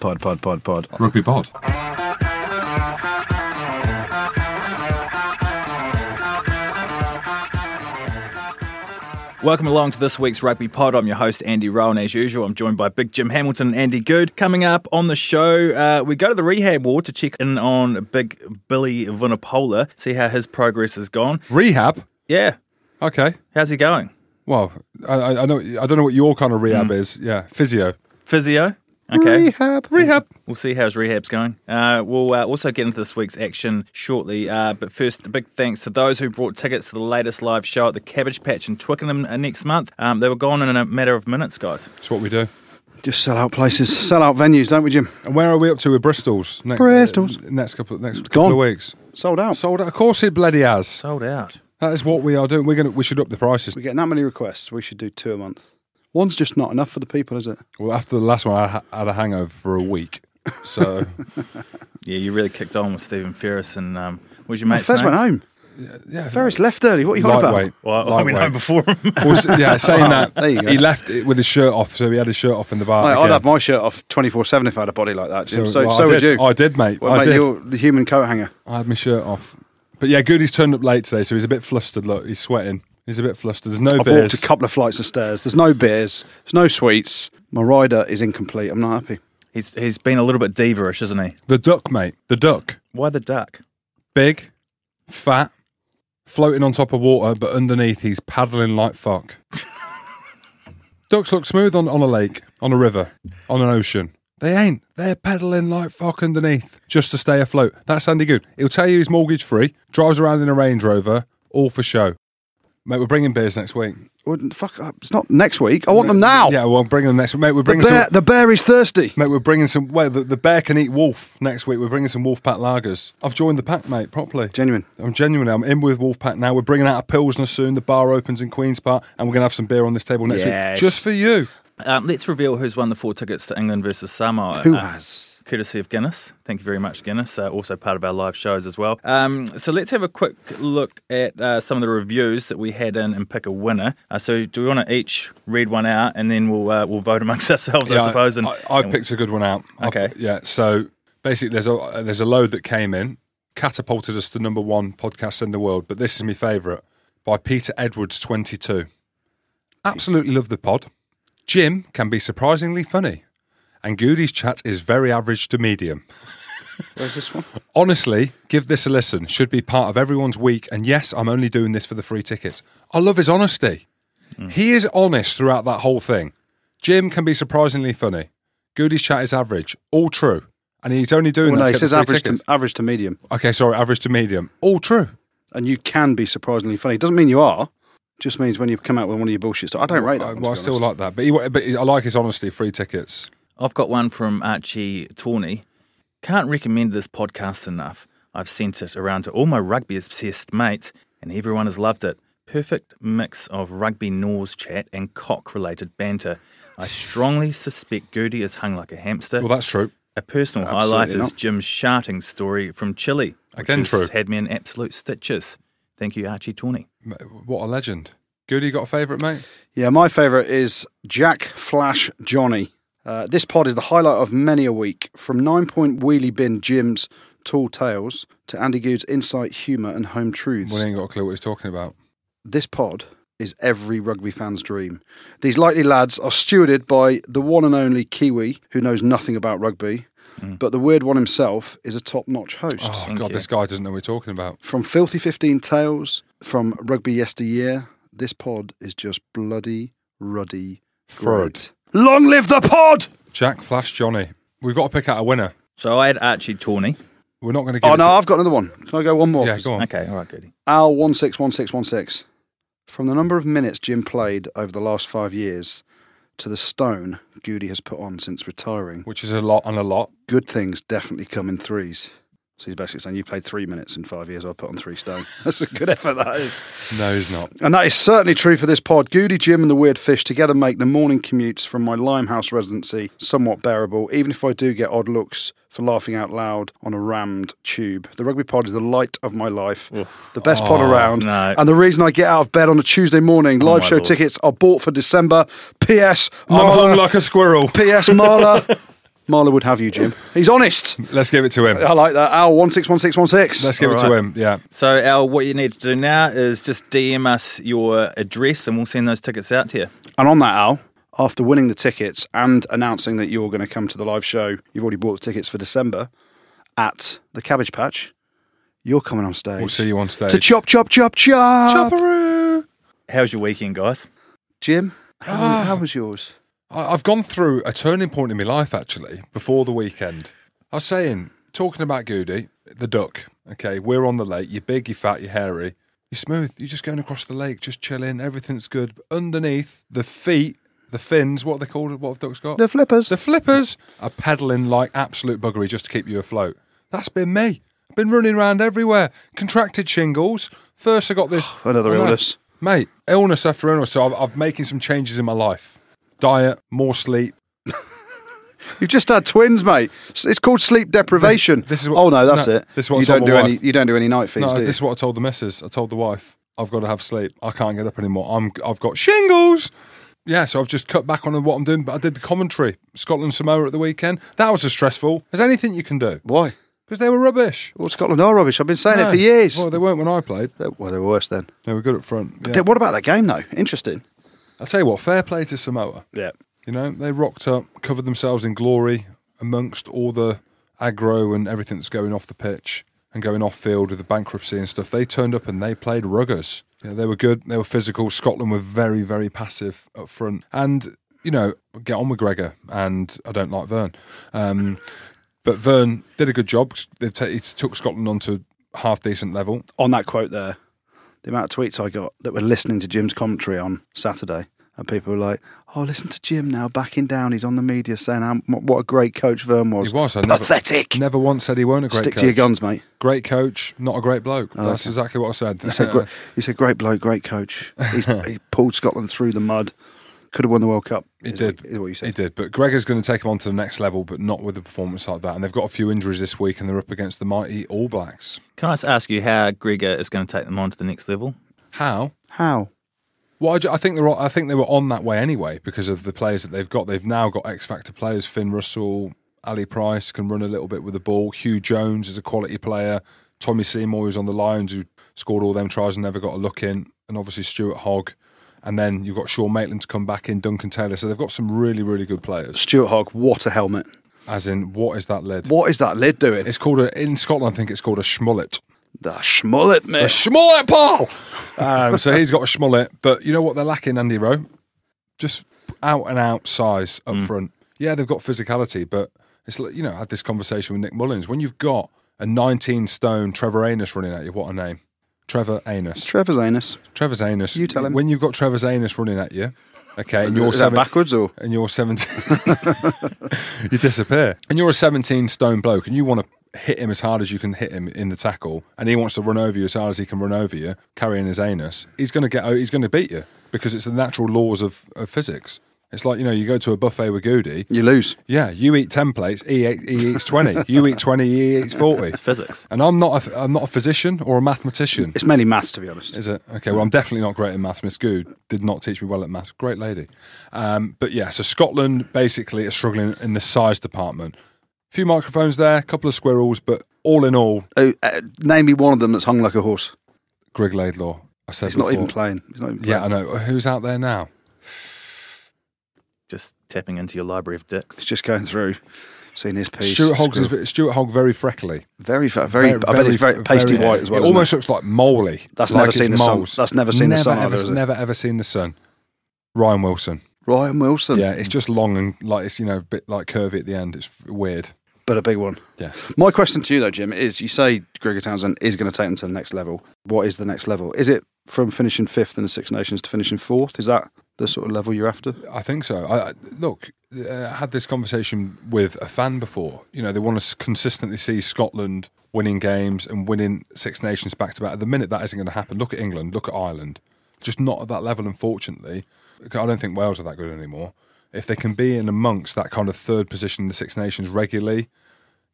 Pod, pod, pod, pod. Rugby pod. Welcome along to this week's Rugby Pod. I'm your host, Andy Rowan. As usual, I'm joined by Big Jim Hamilton and Andy Good. Coming up on the show, uh, we go to the rehab ward to check in on Big Billy Vunipola, see how his progress has gone. Rehab. Yeah, Okay. how's he going? Well, I, I I know I don't know what your kind of rehab is. Yeah, physio. Physio? Okay. Rehab. Rehab. We'll see how his rehab's going. Uh, we'll uh, also get into this week's action shortly. Uh, but first, a big thanks to those who brought tickets to the latest live show at the Cabbage Patch in Twickenham uh, next month. Um, they were gone in a matter of minutes, guys. That's what we do. Just sell out places, sell out venues, don't we, Jim? And where are we up to with Bristol's? Next, Bristol's. next couple. Next couple of gone. weeks. Sold out. Sold. out. Of course, it bloody has. Sold out. That is what we are doing. We're gonna. We should up the prices. We're getting that many requests. We should do two a month. One's just not enough for the people, is it? Well, after the last one, I ha- had a hangover for a week. So Yeah, you really kicked on with Stephen Ferris and um, what was your mate's Ferris name? went home. yeah, Ferris left early. What are you on about? Oh, lightweight. Well, I went lightweight. home before him. Was- yeah, saying that there you go. he left it with his shirt off, so he had his shirt off in the bar. Mate, I'd again. have my shirt off 24 7 if I had a body like that, Jim. So, so, well, I would did. you. I did, mate. Well, I mate, did. you're the human coat hanger. I had my shirt off. But yeah, Goody's turned up late today, so he's a bit flustered. Look, he's sweating. He's a bit flustered. There's no I've beers. walked a couple of flights of stairs. There's no beers, there's no sweets. My rider is incomplete. I'm not happy. He's, he's been a little bit diva-ish, isn't he? the duck, mate. The duck. Why the duck? Big, fat, floating on top of water, but underneath he's paddling like fuck. Ducks look smooth on, on a lake, on a river, on an ocean. They ain't. They're paddling like fuck underneath just to stay afloat. That's Andy Good. He'll tell you he's mortgage free, drives around in a Range Rover, all for show. Mate, we're bringing beers next week. Wouldn't fuck up. It's not next week. I want them now. Yeah, well, bring them next week. Mate, we're the, bringing some. bear, the bear is thirsty. Mate, we're bringing some. Well, the, the bear can eat wolf next week. We're bringing some wolf pack lagers. I've joined the pack, mate. Properly. Genuine. I'm genuine. I'm in with Wolfpack now. We're bringing out a Pilsner soon. The bar opens in Queen's Park, and we're going to have some beer on this table next Yes. week. Just for you. Um, let's reveal who's won the four tickets to England versus Samoa. Who Uh, has? courtesy of Guinness. Thank you very much, Guinness. Uh, also part of our live shows as well. Um, so let's have a quick look at uh, some of the reviews that we had in and pick a winner. Uh, so do we want to each read one out and then we'll uh, we'll vote amongst ourselves, I suppose. And I, I and- picked a good one out. I've- Okay. yeah. So basically, there's a there's a load that came in, catapulted us to number one podcast in the world. But this is my favourite by Peter Edwards, 22. Absolutely love the pod. Jim can be surprisingly funny, and Goody's chat is very average to medium. Where's this one? Honestly, give this a listen. Should be part of everyone's week. And yes, I'm only doing this for the free tickets. I love his honesty. Mm. He is honest throughout that whole thing. Jim can be surprisingly funny. Goody's chat is average. All true. And he's only doing Well, no, that to it get says the free average to, tickets. average to medium. Okay, sorry, average to medium. All true. and you can be surprisingly funny. Doesn't mean you are. Just means when you come out with one of your bullshit stuff. I don't rate that. I, one, to Uh, well, I be still honest. like that. But, he, but I like his honesty. Free tickets. I've got one from Archie Tawney. Can't recommend this podcast enough. I've sent it around to all my rugby obsessed mates, and everyone has loved it. Perfect mix of rugby noise chat and cock related banter. I strongly suspect Goody is hung like a hamster. Well, that's true. A personal Absolutely highlight is not. Jim's shouting story from Chile. which Again, has true. Had me in absolute stitches. Thank you, Archie Tawney. M- What a legend. Goody, you got a favourite, mate? Yeah, my favourite is Jack Flash Johnny. Uh, this pod is the highlight of many a week, from nine point wheelie bin Jim's tall tales to Andy Good's insight, humour, and home truths. Well, he ain't got a clue what he's talking about. This pod is every rugby fan's dream. These likely lads are stewarded by the one and only Kiwi, who knows nothing about rugby, but the weird one himself is a top-notch host. Hmm. Oh, Thank God, you. this guy doesn't know what he's talking about. From Filthy 15 Tales, from Rugby Yesteryear, this pod is just bloody, ruddy, Frud. great. Long live the pod! Jack, Flash, Johnny. We've got to pick out a winner. So I had Archie Tawney. We're not going to give Oh, it no, to- I've got another one. Can I go one more? Yeah, go on. Okay, all right, Goody. Al161616. From the number of minutes Jim played over the last five years to the stone Goody has put on since retiring, Which is a lot and a lot. good things definitely come in threes. So he's basically saying, You played three minutes in five years, I put on three stone. That's a good effort, that is. No, he's not. And that is certainly true for this pod. Goody Jim and the Weird Fish together make the morning commutes from my Limehouse residency somewhat bearable, even if I do get odd looks for laughing out loud on a rammed tube. The rugby pod is the light of my life, the best pod around, Oh, no. Oh, and the reason I get out of bed on a Tuesday morning. Live my show Lord. Oh, tickets are bought for December. P.S. I'm hung Marla. like a squirrel. P.S. Marla. Marla would have you, Jim. He's honest. Let's give it to him. I like that. Al one six one six one six. Let's give it to Alright. him. Yeah. So, Al, what you need to do now is just DM us your address and we'll send those tickets out to you. And on that, Al, after winning the tickets and announcing that you're going to come to the live show, you've already bought the tickets for December at the Cabbage Patch. You're coming on stage We'll see you on stage. to chop, chop, chop, chop. Chopperoo! How's your weekend, guys? Jim, how, Ah. how was yours? I- I've gone through a turning point in my life actually before the weekend. I was saying, talking about Goody, the duck, okay, we're on the lake, you're big, you're fat, you're hairy, you're smooth, you're just going across the lake, just chilling, everything's good. But underneath, the feet, the fins, what are they called? What have ducks got? The flippers. The flippers are peddling like absolute buggery just to keep you afloat. That's been me. I've been running around everywhere. Contracted shingles. First, I got this. Another I know. illness. Mate, illness after illness. So I've, I've making some changes in my life. Diet, more sleep. You've just had twins, mate. S- It's called sleep deprivation. This- this is what- oh no, that's no, it. this is what I you told don't my do wife. any. You don't do any night feeds, No, do you? this is what I told the missus. I told the wife, I've got to have sleep. I can't get up anymore. I'm, I've got shingles. Yeah, so I've just cut back on what I'm doing. But I did the commentary, Scotland Samoa at the weekend. That was as stressful as anything you can do Why? because they were rubbish. Well, Scotland are rubbish. I've been saying it No. for years. Well, Well, they weren't when I played. they're, well, they're worse then. They were good up front. Yeah. Then What about that game though? Interesting. I'll tell you what, fair play to Samoa. Yeah. You know, they rocked up, covered themselves in glory amongst all the aggro and everything that's going off the pitch and going off field with the bankruptcy and stuff. They turned up and they played ruggers. You know, they were good, they were physical. Scotland were very, very passive up front. And, you know, get on with Gregor, and I don't like Vern. Um, but Vern did a good job. They've ta- he took Scotland onto half decent level. on that quote there, the amount of tweets I got that were listening to Jim's commentary on Saturday, and people were like, "Oh, listen to Jim now, backing down. He's on the media saying how, what a great coach Vern was. He was, I never- pathetic. Never once said he weren't a great Stick coach. to your guns, mate. Great coach, not a great bloke. That's exactly what I said. He said, great, he said, great bloke, great coach. He's, he pulled Scotland through the mud. Could have won the World Cup. He is did. What, is what you said. He did. But Gregor's going to take him on to the next level, but not with a performance like that. And they've got a few injuries this week, and they're up against the mighty All Blacks. Can I just ask you how Gregor is going to take them on to the next level? How? How? Well, I, ju- I think they're. all- I think they were on that way anyway because of the players that they've got. They've now got X Factor players. Finn Russell, Ali Price can run a little bit with the ball. Hugh Jones is a quality player. Tommy Seymour who's on the Lions who scored all them tries and never got a look in, and obviously Stuart Hogg. And then you've got Sean Maitland to come back in, Duncan Taylor. So they've got some really, really good players. Stuart Hogg, what a helmet. As in, what is that lid? What is that lid doing? It's It's called a in Scotland. I think it's called a schmullet. the schmullet, A mate. schmullet, Paul. Um, so he's got a schmullet, but you know what they're lacking, Andy Rowe? Just out and out size up front. Yeah, they've got physicality, but it's like you know I had this conversation with Nick Mullins. When you've got a 19 stone Trevor Anus running at you, what a name, Trevor Anus. Trevor's anus. Trevor's Anus. You tell him. When you've got Trevor's Anus running at you, okay, and you're Is that seven, backwards or? and you're 17 you disappear and you're a 17 stone bloke and you want to hit him as hard as you can hit him in the tackle and he wants to run over you as hard as he can run over you carrying his anus he's going to get he's going to beat you because it's the natural laws of, of physics it's like you know you go to a buffet with goody You lose. yeah you eat 10 plates he, eat, he eats 20 you eat 20 he eats 40 It's physics. and i'm not a, i'm not a physician or a mathematician It's mainly maths, to be honest. is it? Okay, well, I'm definitely not great at maths. Miss Good did not teach me well at maths. Great lady. Um, but yeah, so Scotland basically is struggling in the size department. A few microphones there, a couple of squirrels, but all in all, Oh, uh, name me one of them that's hung like a horse. Greg Laidlaw. I said He's not even before- playing. He's not even playing. Yeah, I know. Who's out there now? Just tapping into your library of dicks. It's just going through, seeing his piece. Stuart Hogg's is, Stuart Hogg very freckly, very, fa- very, I bet it's very pasty very- white as well. It isn't almost looks like moly. That's like never it's seen the sun. moles. That's never seen the sun Never, either, is ever, it? never ever seen the sun. Ryan Wilson. Ryan Wilson, Yeah, it's just long and like it's you know a bit like curvy at the end. It's weird. but a big one. Yeah. My question to you though, Jim, is you say Gregor Townsend is going to take them to the next level. What is the next level? Is it from finishing fifth in the Six Nations to finishing fourth? Is that the sort of level you're after? I think so. I, I- look, uh, I had this conversation with a fan before. You know, they want to s- consistently see Scotland winning games and winning Six Nations back to back. At the minute, that isn't going to happen. Look at England. Look at Ireland. Just not at that level, unfortunately. I don't think Wales are that good anymore. If they can be in amongst that kind of third position in the Six Nations regularly,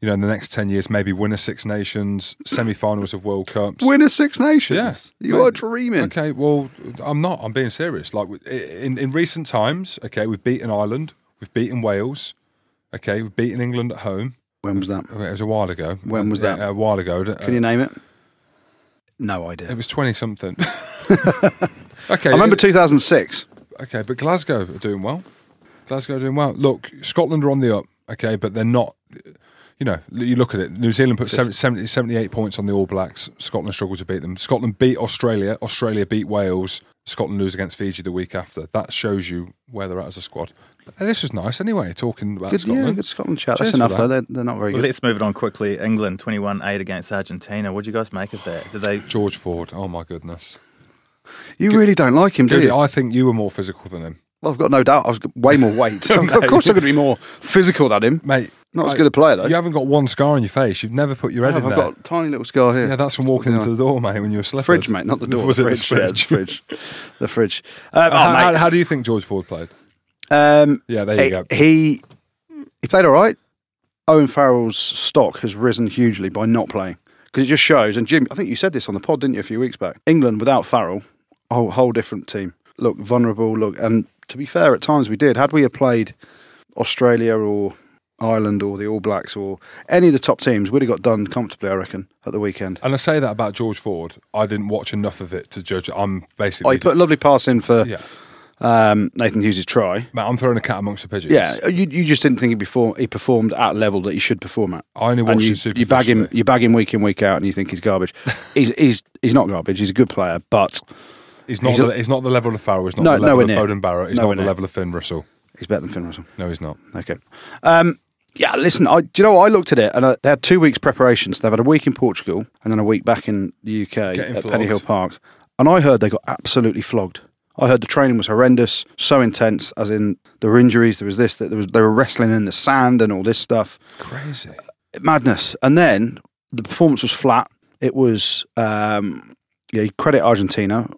you know, in the next ten years, maybe win a Six Nations, semi-finals of World Cups. Win a Six Nations. Yes. you are dreaming. Okay, well, I'm not. I'm being serious. Like in in recent times, okay, we've beaten Ireland, we've beaten Wales, Okay, we beaten England at home. When was that? Okay, it was a while ago. When was that? Yeah, a while ago. d- Can you name it? No uh, It idea. was twenty something. okay, I remember 2006. Okay, but Glasgow are doing well. Glasgow are doing well. Look, Scotland are on the up. Okay, but they're not. You know, you look at it. New Zealand put 70, 70, 78 points on the All Blacks. Scotland struggled to beat them. Scotland beat Australia. Australia beat Wales. Scotland lose against Fiji the week after. That shows you where they're at as a squad. Hey, this was nice anyway, talking about Good, yeah, Scotland. good Scotland chat. Cheers That's enough, for though. that. They're, they're not very Well, good. let's move it on quickly. England 21 8 against Argentina. What do you guys make of that? Did they. George Ford. Oh, my goodness. You really don't like him, do Goody, you? I think you were more physical than him. Well, I've got no doubt. I've got way more weight. of course, I'm going to be more physical than him. Mate, Not as I- good a player, though. you haven't got one scar on your face. You've never put your head I've in there. got a tiny little scar here. Yeah, that's from walking into the door, mate, when you were the slippers. fridge, mate, not the door. Was the it the fridge? Yeah, the fridge? fridge. the fridge. Um, oh, how, how- mate. how do you think George Ford played? Um, Yeah, there you he- go. He he played all right. Owen Farrell's stock has risen hugely by not playing because it just shows. And Jim, I think you said this on the pod, didn't you, a few weeks back? England without Farrell, a whole, whole different team. Look vulnerable. Look, and to be fair, at times we did. Had we have played Australia or Ireland or the All Blacks or any of the top teams, we'd have got done comfortably, I reckon, at the weekend. And I say that about George Ford. I didn't watch enough of it to judge. it. I'm basically. Oh, he put a lovely pass in for yeah, um, Nathan Hughes' try. mate, I'm throwing a cat amongst the pigeons. Yeah, you, you just didn't think he, perform, he performed at level that he should perform at. I only and watched you, it you bag him, superficially. you bag him week in week out, and you think he's garbage. he's he's he's not garbage. He's a good player, but He's not. he's the, a- he's not the level of Farrell. He's not No, the level nowhere near. of Bowden Barrett. He's Nowhere not the near. level of Finn Russell. he's better than Finn Russell. No, he's not. Okay. Um, yeah, listen. I, do you know what? I looked at it, and I, they had two weeks preparation. So they've had a week in Portugal, and then a week back in the UK Getting at flogged. Penny Hill Park. And I heard they got absolutely flogged. I heard the training was horrendous, so intense. As in, there were injuries. There was this. That there was. They were wrestling in the sand and all this stuff. Crazy. madness. And then the performance was flat. It was, um, yeah, you credit Argentina.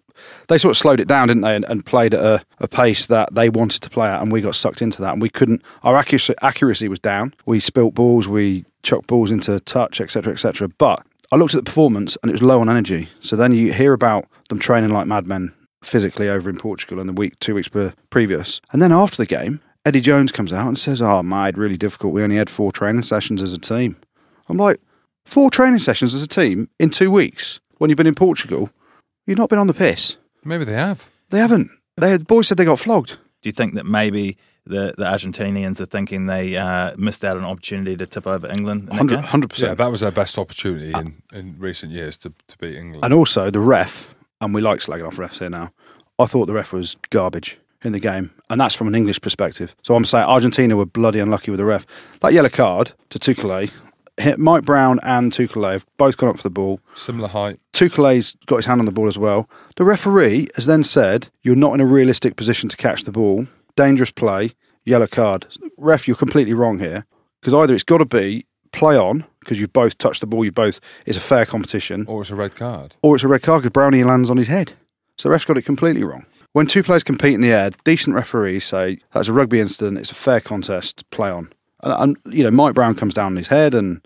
They sort of slowed it down, didn't they, and, and played at a, a pace that they wanted to play at, and we got sucked into that, and we couldn't. Our accuracy, accuracy was down. We spilt balls, we chucked balls into touch, etc., etc. But I looked at the performance, and it was low on energy. So then you hear about them training like madmen physically over in Portugal, and the week, two weeks pre- previous, and then after the game, Eddie Jones comes out and says, "Oh, mate, really difficult. We only had four training sessions as a team." I'm like, four training sessions as a team in two weeks when you've been in Portugal, you've not been on the piss. Maybe they have. They haven't. They, the boys said they got flogged. Do you think that maybe the, the Argentinians are thinking they uh, missed out on an opportunity to tip over England? in that 100 game? 100%. Yeah, that was their best opportunity in, in recent years to, to beat England. And also the ref, and we like slagging off refs here now. I thought the ref was garbage in the game, and that's from an English perspective. So I'm saying Argentina were bloody unlucky with the ref. That yellow card to Tukale hit Mike Brown and Tukale have both gone up for the ball. Similar height. Tukale's got his hand on the ball as well. The referee has then said, You're not in a realistic position to catch the ball. Dangerous play, yellow card. Ref, you're completely wrong here. Because either it's got to be play on, because you've both touched the ball, you both, it's a fair competition, Or it's a red card. or it's a red card because Brownie lands on his head. So the ref's got it completely wrong. When two players compete in the air, decent referees say that's a rugby incident, it's a fair contest, play on. And, and you know, Mike Brown comes down on his head, and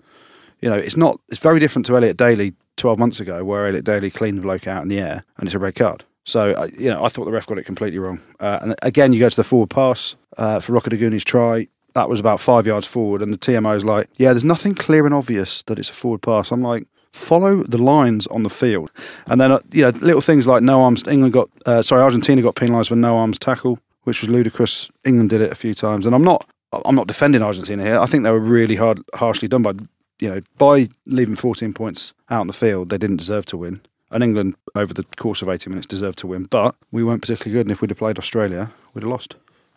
you know, it's not, it's very different to Elliot Daly 12 months ago, where Elliot Daly cleaned the bloke out in the air and it's a red card. So, I you know, I thought the ref got it completely wrong. Uh, and again, you go to the forward pass uh, for Rocket Aguni's try. That was about five yards forward, and the TMO is like, "Yeah, there's nothing clear and obvious that it's a forward pass." I'm like, "Follow the lines on the field," and then uh, you know, little things like no arms. England got uh, sorry, Argentina got penalised for no arms tackle, which was ludicrous. England did it a few times, and I'm not, I'm not defending Argentina here. I think they were really hard, harshly done by, you know, by leaving 14 points out on the field, they didn't deserve to win. And England, over the course of 80 minutes, deserved to win, but we weren't particularly good. And if we'd have played Australia, we'd have lost.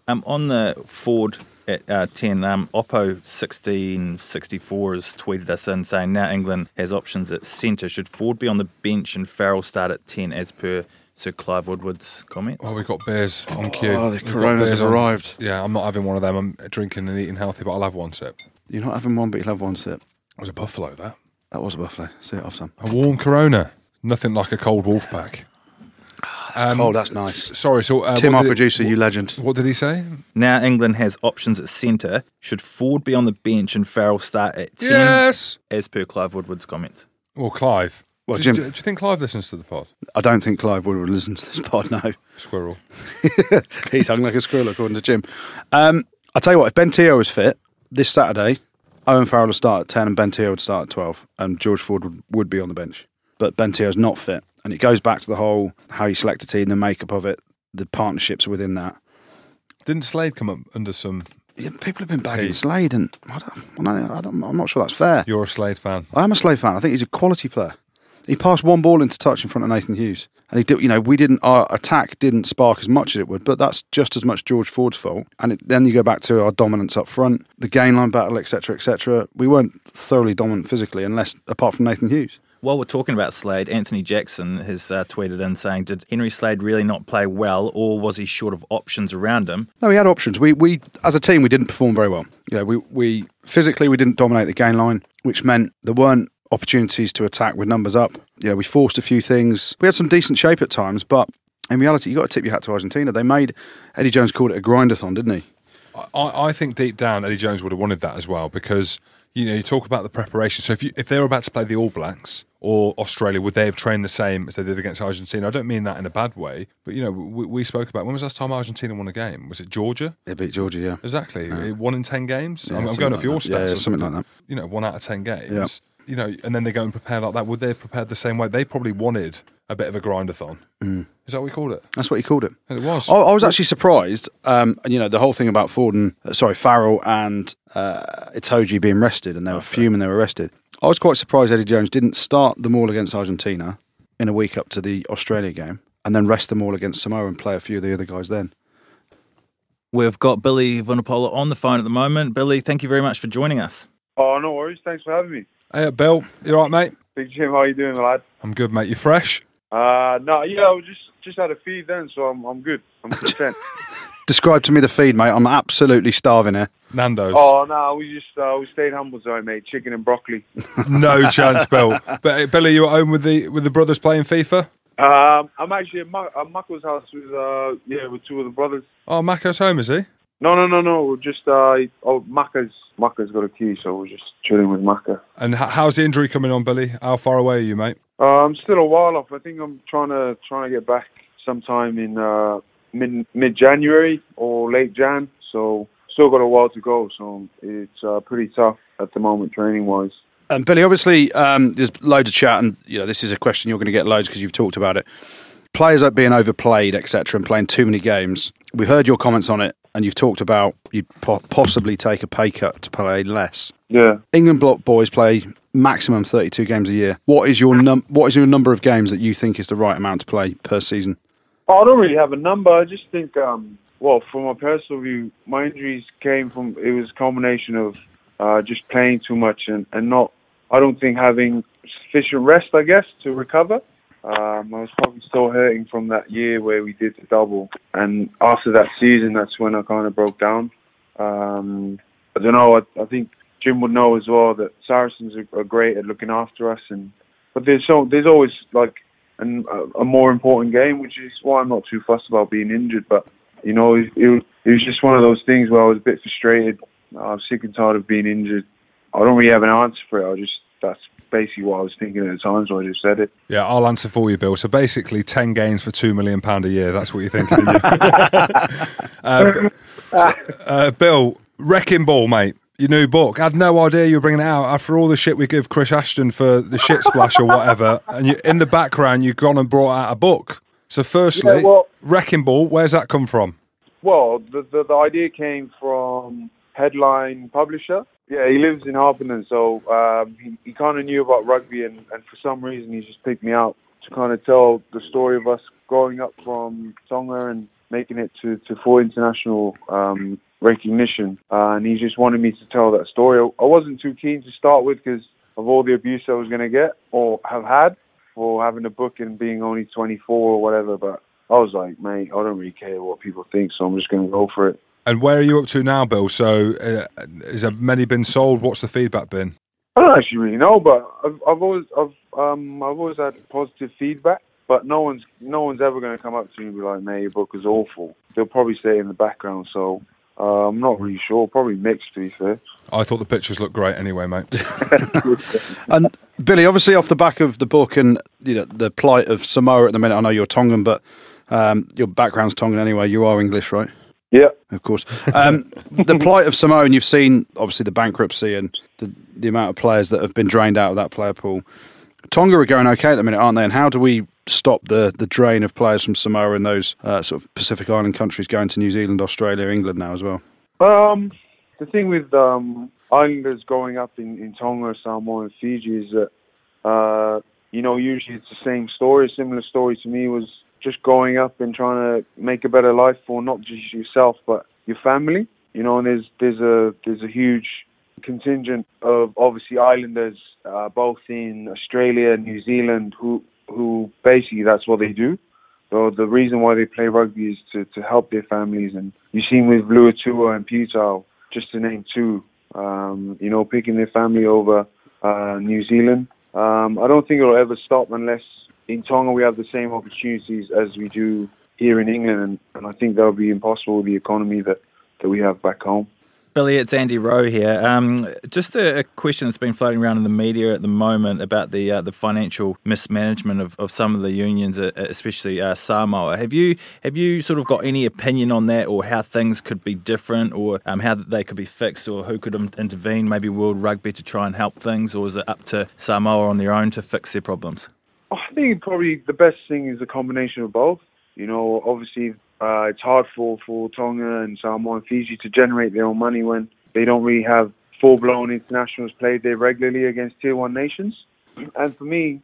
Um, on the Ford at uh, 10, um, Oppo 1664 has tweeted us in saying now England has options at centre. Should Ford be on the bench and Farrell start at 10 as per Sir Clive Woodward's comment? Oh, we've got beers on cue. Oh, We've got beers on. arrived. Yeah, I'm not having one of them. I'm drinking and eating healthy, but I'll have one sip. You're not having one, but you'll have one sip. It was a buffalo, that. That was a buffalo. See it off, Sam. A warm Corona. Nothing like a cold wolf pack. Um, oh, that's nice. Sorry, so uh, Tim, what our did producer, you legend. He, what did he say? Now England has options at centre. Should Ford be on the bench and Farrell start at 10 as per Clive Woodward's comment? Well, Clive. Well, do, Jim- do, do you think Clive listens to the pod? I don't think Clive would have listened to this pod now. Squirrel. He's hung like a squirrel, according to Jim. Um, I tell you what, if Ben Teo was fit, this Saturday, Owen Farrell would start at 10 and Ben Teo would start at 12, and George Ford would, would be on the bench. But Ben Teo's not fit. And it goes back to the whole how you select a team, the makeup of it, the partnerships within that. Didn't Slade come up under some? Yeah, people have been bagging Slade, and I don't, I don't, I don't, I'm not sure that's fair. You're a Slade fan. I am a Slade fan. I think he's a quality player. He passed one ball into touch in front of Nathan Hughes, and he did. You know, we didn't. Our attack didn't spark as much as it would, but that's just as much George Ford's fault. And it, then you go back to our dominance up front, the gain line battle, etc., etc. We weren't thoroughly dominant physically, unless apart from Nathan Hughes. While we're talking about Slade, Anthony Jackson has uh, tweeted in saying, Did Henry Slade really not play well, or was he short of options around him? No, we had options. We, we as a team, we didn't perform very well. You know, we, we physically we didn't dominate the game line, which meant there weren't opportunities to attack with numbers up. You know, we forced a few things. We had some decent shape at times, but in reality, you got to tip your hat to Argentina. They made Eddie Jones called it a grindathon, didn't he? I- I, I think deep down Eddie Jones would have wanted that as well because you know you talk about the preparation. So if you, if they were about to play the All Blacks or Australia, would they have trained the same as they did against Argentina? I don't mean that in a bad way, but you know we, we spoke about when was the last time Argentina won a game? Was it Georgia? They beat Georgia, yeah. Exactly, It- one in ten games. I'm, I'm something going like off your that. stats, Uh, Yeah, yeah, I'm- something like that. You know, one out of ten games. You know, and then they go and prepare like that. Would they have prepared the same way? They probably wanted a bit of a grindathon. Mm. Is that what we called it? That's what he called it. And it was. I, I was actually surprised, um, and you know the whole thing about Ford and uh, sorry Farrell and uh, Itoji being rested, and they were fuming they were rested. I was quite surprised Eddie Jones didn't start them all against Argentina in a week up to the Australia game, and then rest them all against Samoa and play a few of the other guys then. We've got Billy Vinopola on the phone at the moment. Billy, thank you very much for joining us. Oh, no worries. Thanks for having me. Hey, uh, Bill, you all right, mate? Big Jim, how you doing, lad? I'm good, mate. You fresh? Uh, no, yeah, I was just just had a feed then, so I'm I'm good. I'm content. Describe to me the feed, mate. I'm absolutely starving here. Nando's. oh no, we just uh, we stayed humble tonight, mate. Chicken and broccoli. No chance, Bill. But uh, Billy, you at home with the with the brothers playing FIFA? Um, I'm actually at, Ma- at Mako's house with uh yeah with two of the brothers. Oh, Mako's home, is he? No, no, no, no. We're just uh oh Maka's Maka's got a key, so we're just chilling with Maka. And h- how's the injury coming on, Billy? How far away are you, mate? Uh, I'm still a while off. I think I'm trying to trying to get back sometime in uh, mid mid January or late Jan. So still got a while to go. So it's uh, pretty tough at the moment training wise. And Billy, obviously, um, there's loads of chat, and you know this is a question you're going to get loads because you've talked about it. Players that being overplayed, etc., and playing too many games. We heard your comments on it, and you've talked about you'd po- possibly take a pay cut to play less. Yeah. England block boys play maximum 32 games a year. What is your num- What is your number of games that you think is the right amount to play per season? Oh, I don't really have a number. I just think, um, well, from my personal view, my injuries came from it was a combination of uh, just playing too much and, and not. I don't think having sufficient rest, I guess, to recover. Um, I was probably still hurting from that year where we did the double, and after that season, that's when I kind of broke down. Um, I don't know. I, I think Jim would know as well that Saracens are, are great at looking after us, and but there's so there's always like and a, a more important game, which is why I'm not too fussed about being injured. But you know, it, it, was- it was just one of those things where I was a bit frustrated. I was sick and tired of being injured. I don't really have an answer for it. I just that's basically what I was thinking at the time, so I just said it. Yeah, I'll answer for you, Bill. So basically, ten games for two million pound a year. That's what you're thinking. aren't you? uh, b- so, uh, Bill, wrecking ball, mate. Your new book. I had no idea you were bringing it out after all the shit we give Chris Ashton for the shit splash or whatever. And you, in the background, you've gone and brought out a book. So, firstly, Yeah, well- wrecking ball. Where's that come from? Well, the, the the idea came from headline publisher. Yeah, he lives in Harpenden, so um, he, he kind of knew about rugby, and, and for some reason he just picked me out to kind of tell the story of us growing up from Tonga and making it to to full international um, recognition. Uh, and he just wanted me to tell that story. I- I wasn't too keen to start with because of all the abuse I was going to get or have had for having a book and being only 24 or whatever, but I was like, mate, I don't really care what people think, so I'm just going to go for it. And where are you up to now, Bill? So, uh, has there many been sold? What's the feedback been? I don't actually really know, but I've, I've always, I've, um, I've always had positive feedback. But no one's, no one's ever going to come up to me and be like, mate, your book is awful. They'll probably stay in the background, so uh, I'm not really sure. Probably mixed, to be fair. I thought the pictures looked great anyway, mate. And Billy, obviously, off the back of the book and you know the plight of Samoa at the minute. I know you're Tongan, but um, your background's Tongan anyway. You are English, right? Yeah. of course. Um, the plight of Samoa, and you've seen obviously the bankruptcy and the, the amount of players that have been drained out of that player pool. Tonga are going okay at the minute, aren't they? And how do we stop the, the drain of players from Samoa and those uh, sort of Pacific Island countries going to New Zealand, Australia, England now as well? Um, the thing with um, islanders going up in, in Tonga, Samoa, and Fiji is that, uh, you know, usually it's the same story. A similar story to me was just going up and trying to make a better life for not just yourself, but your family. You know, and there's there's a there's a huge contingent of obviously islanders, uh, both in Australia and New Zealand, who who basically that's what they do. So the reason why they play rugby is to, to help their families. And you've seen with Luatua and Putau, just to name two, um, you know, picking their family over uh, New Zealand. Um, I don't think it'll ever stop unless in Tonga we have the same opportunities as we do here in England. And, and I think that'll be impossible with the economy that, that we have back home. Billy, it's Andy Rowe here. Um, just a, a question that's been floating around in the media at the moment about the uh, the financial mismanagement of, of some of the unions, uh, especially uh, Samoa. Have you have you sort of got any opinion on that, or how things could be different, or um, how they could be fixed, or who could in- intervene? Maybe World Rugby to try and help things, or is it up to Samoa on their own to fix their problems? I think probably the best thing is a combination of both. You know, obviously uh, it's hard for, for Tonga and Samoa and Fiji to generate their own money when they don't really have full blown internationals played there regularly against tier one nations. And for me,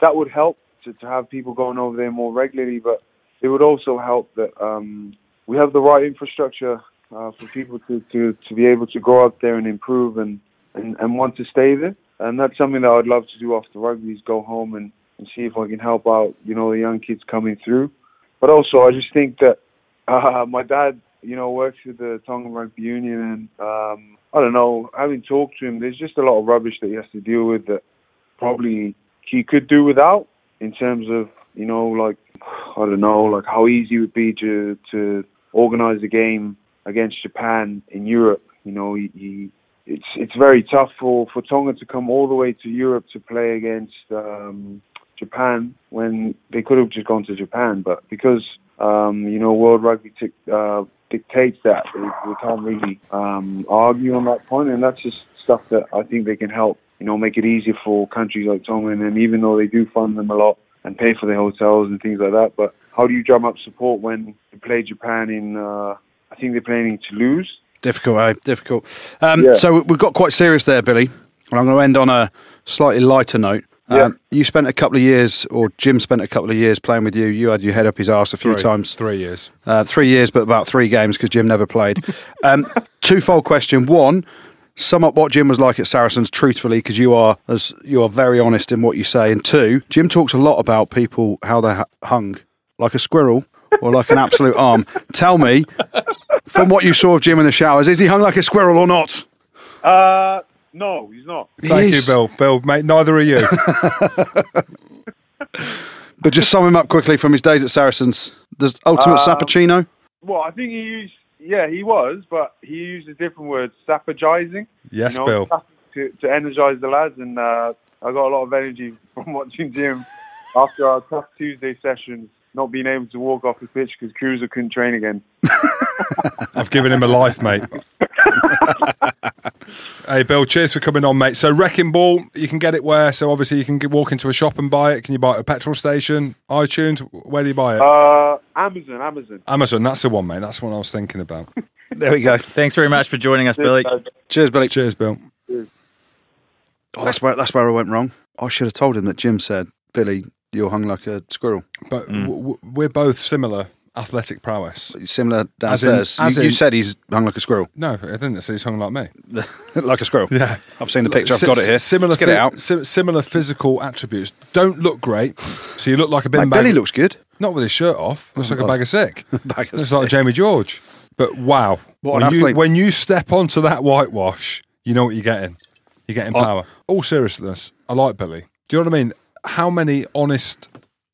that would help to, to have people going over there more regularly, but it would also help that um, we have the right infrastructure uh, for people to, to, to be able to go out there and improve and, and, and want to stay there. And that's something that I'd love to do after rugby is go home and and see if I can help out, you know, the young kids coming through. But also, I just think that uh, my dad, you know, works with the Tongan Rugby Union, and um, I don't know, having talked to him, there's just a lot of rubbish that he has to deal with that probably he could do without in terms of, you know, like, I don't know, like how easy it would be to, to organize a game against Japan in Europe. You know, he, he it's it's very tough for, for Tonga to come all the way to Europe to play against um, Japan when they could have just gone to Japan, but because um, you know World Rugby tic- uh, dictates that, we, we can't really um, argue on that point, and that's just stuff that I think they can help. You know, make it easier for countries like Tonga, and them, even though they do fund them a lot and pay for their hotels and things like that, but how do you drum up support when they play Japan in? Uh, I think they're playing in Toulouse. Difficult, eh? Difficult. Um, Yeah. So we've got quite serious there, Billy. And I'm going to end on a slightly lighter note. Um, Yeah. you spent a couple of years, or Jim spent a couple of years playing with you. You had your head up his arse a few Three- times. Three years. Uh, three years, but about three games because Jim never played. Um, twofold question: one, sum up what Jim was like at Saracens truthfully, because you are as you are very honest in what you say. And two, Jim talks a lot about people how they are hung like a squirrel or like an absolute arm. Tell me, from what you saw of Jim in the showers, is he hung like a squirrel or not? Uh, no, he's not. Thank Yes. you, Bill. Bill, mate, neither are you. But just sum him up quickly from his days at Saracens. There's ultimate Sappuccino. Well, I think he used, yeah, he was, but he used a different word, sapagizing. Yes, you know, Bill. To, to energize the lads, and uh, I got a lot of energy from watching Jim after our tough Tuesday sessions, not being able to walk off the pitch because Cruiser couldn't train again. I've given him a life, mate. hey, Bill, cheers for coming on, mate. So, Wrecking Ball, you can get it where? So, obviously, you can get, walk into a shop and buy it. Can you buy it at a petrol station, iTunes? Where do you buy it? Uh, Amazon, Amazon. Amazon, that's the one, mate. That's what I was thinking about. There we go. Thanks very much for joining us, Billy. uh, Cheers, Billy. Cheers, Bill. Oh, that's where that's where I went wrong. I should have told him that Jim said, "Billy, you're hung like a squirrel." But w- w- we're both similar athletic prowess. Similar in- downstairs. as you, you in- said he's hung like a squirrel, No, I didn't. So he's hung like me. like a squirrel. Yeah. I've seen the picture. I've Si- got it here. Similar, Let's get phy- it out. si- similar physical attributes. Don't look great. So you look like a Mate, bin bag. Billy looks good. Not with his shirt off. Looks like a God. bag of sick. Bag of Looks like Jamie George. But wow. What an when, you, athlete. when you step onto that whitewash, you know what you're getting. You're getting Oh. power. All seriousness, I like Billy. Do you know what I mean? How many honest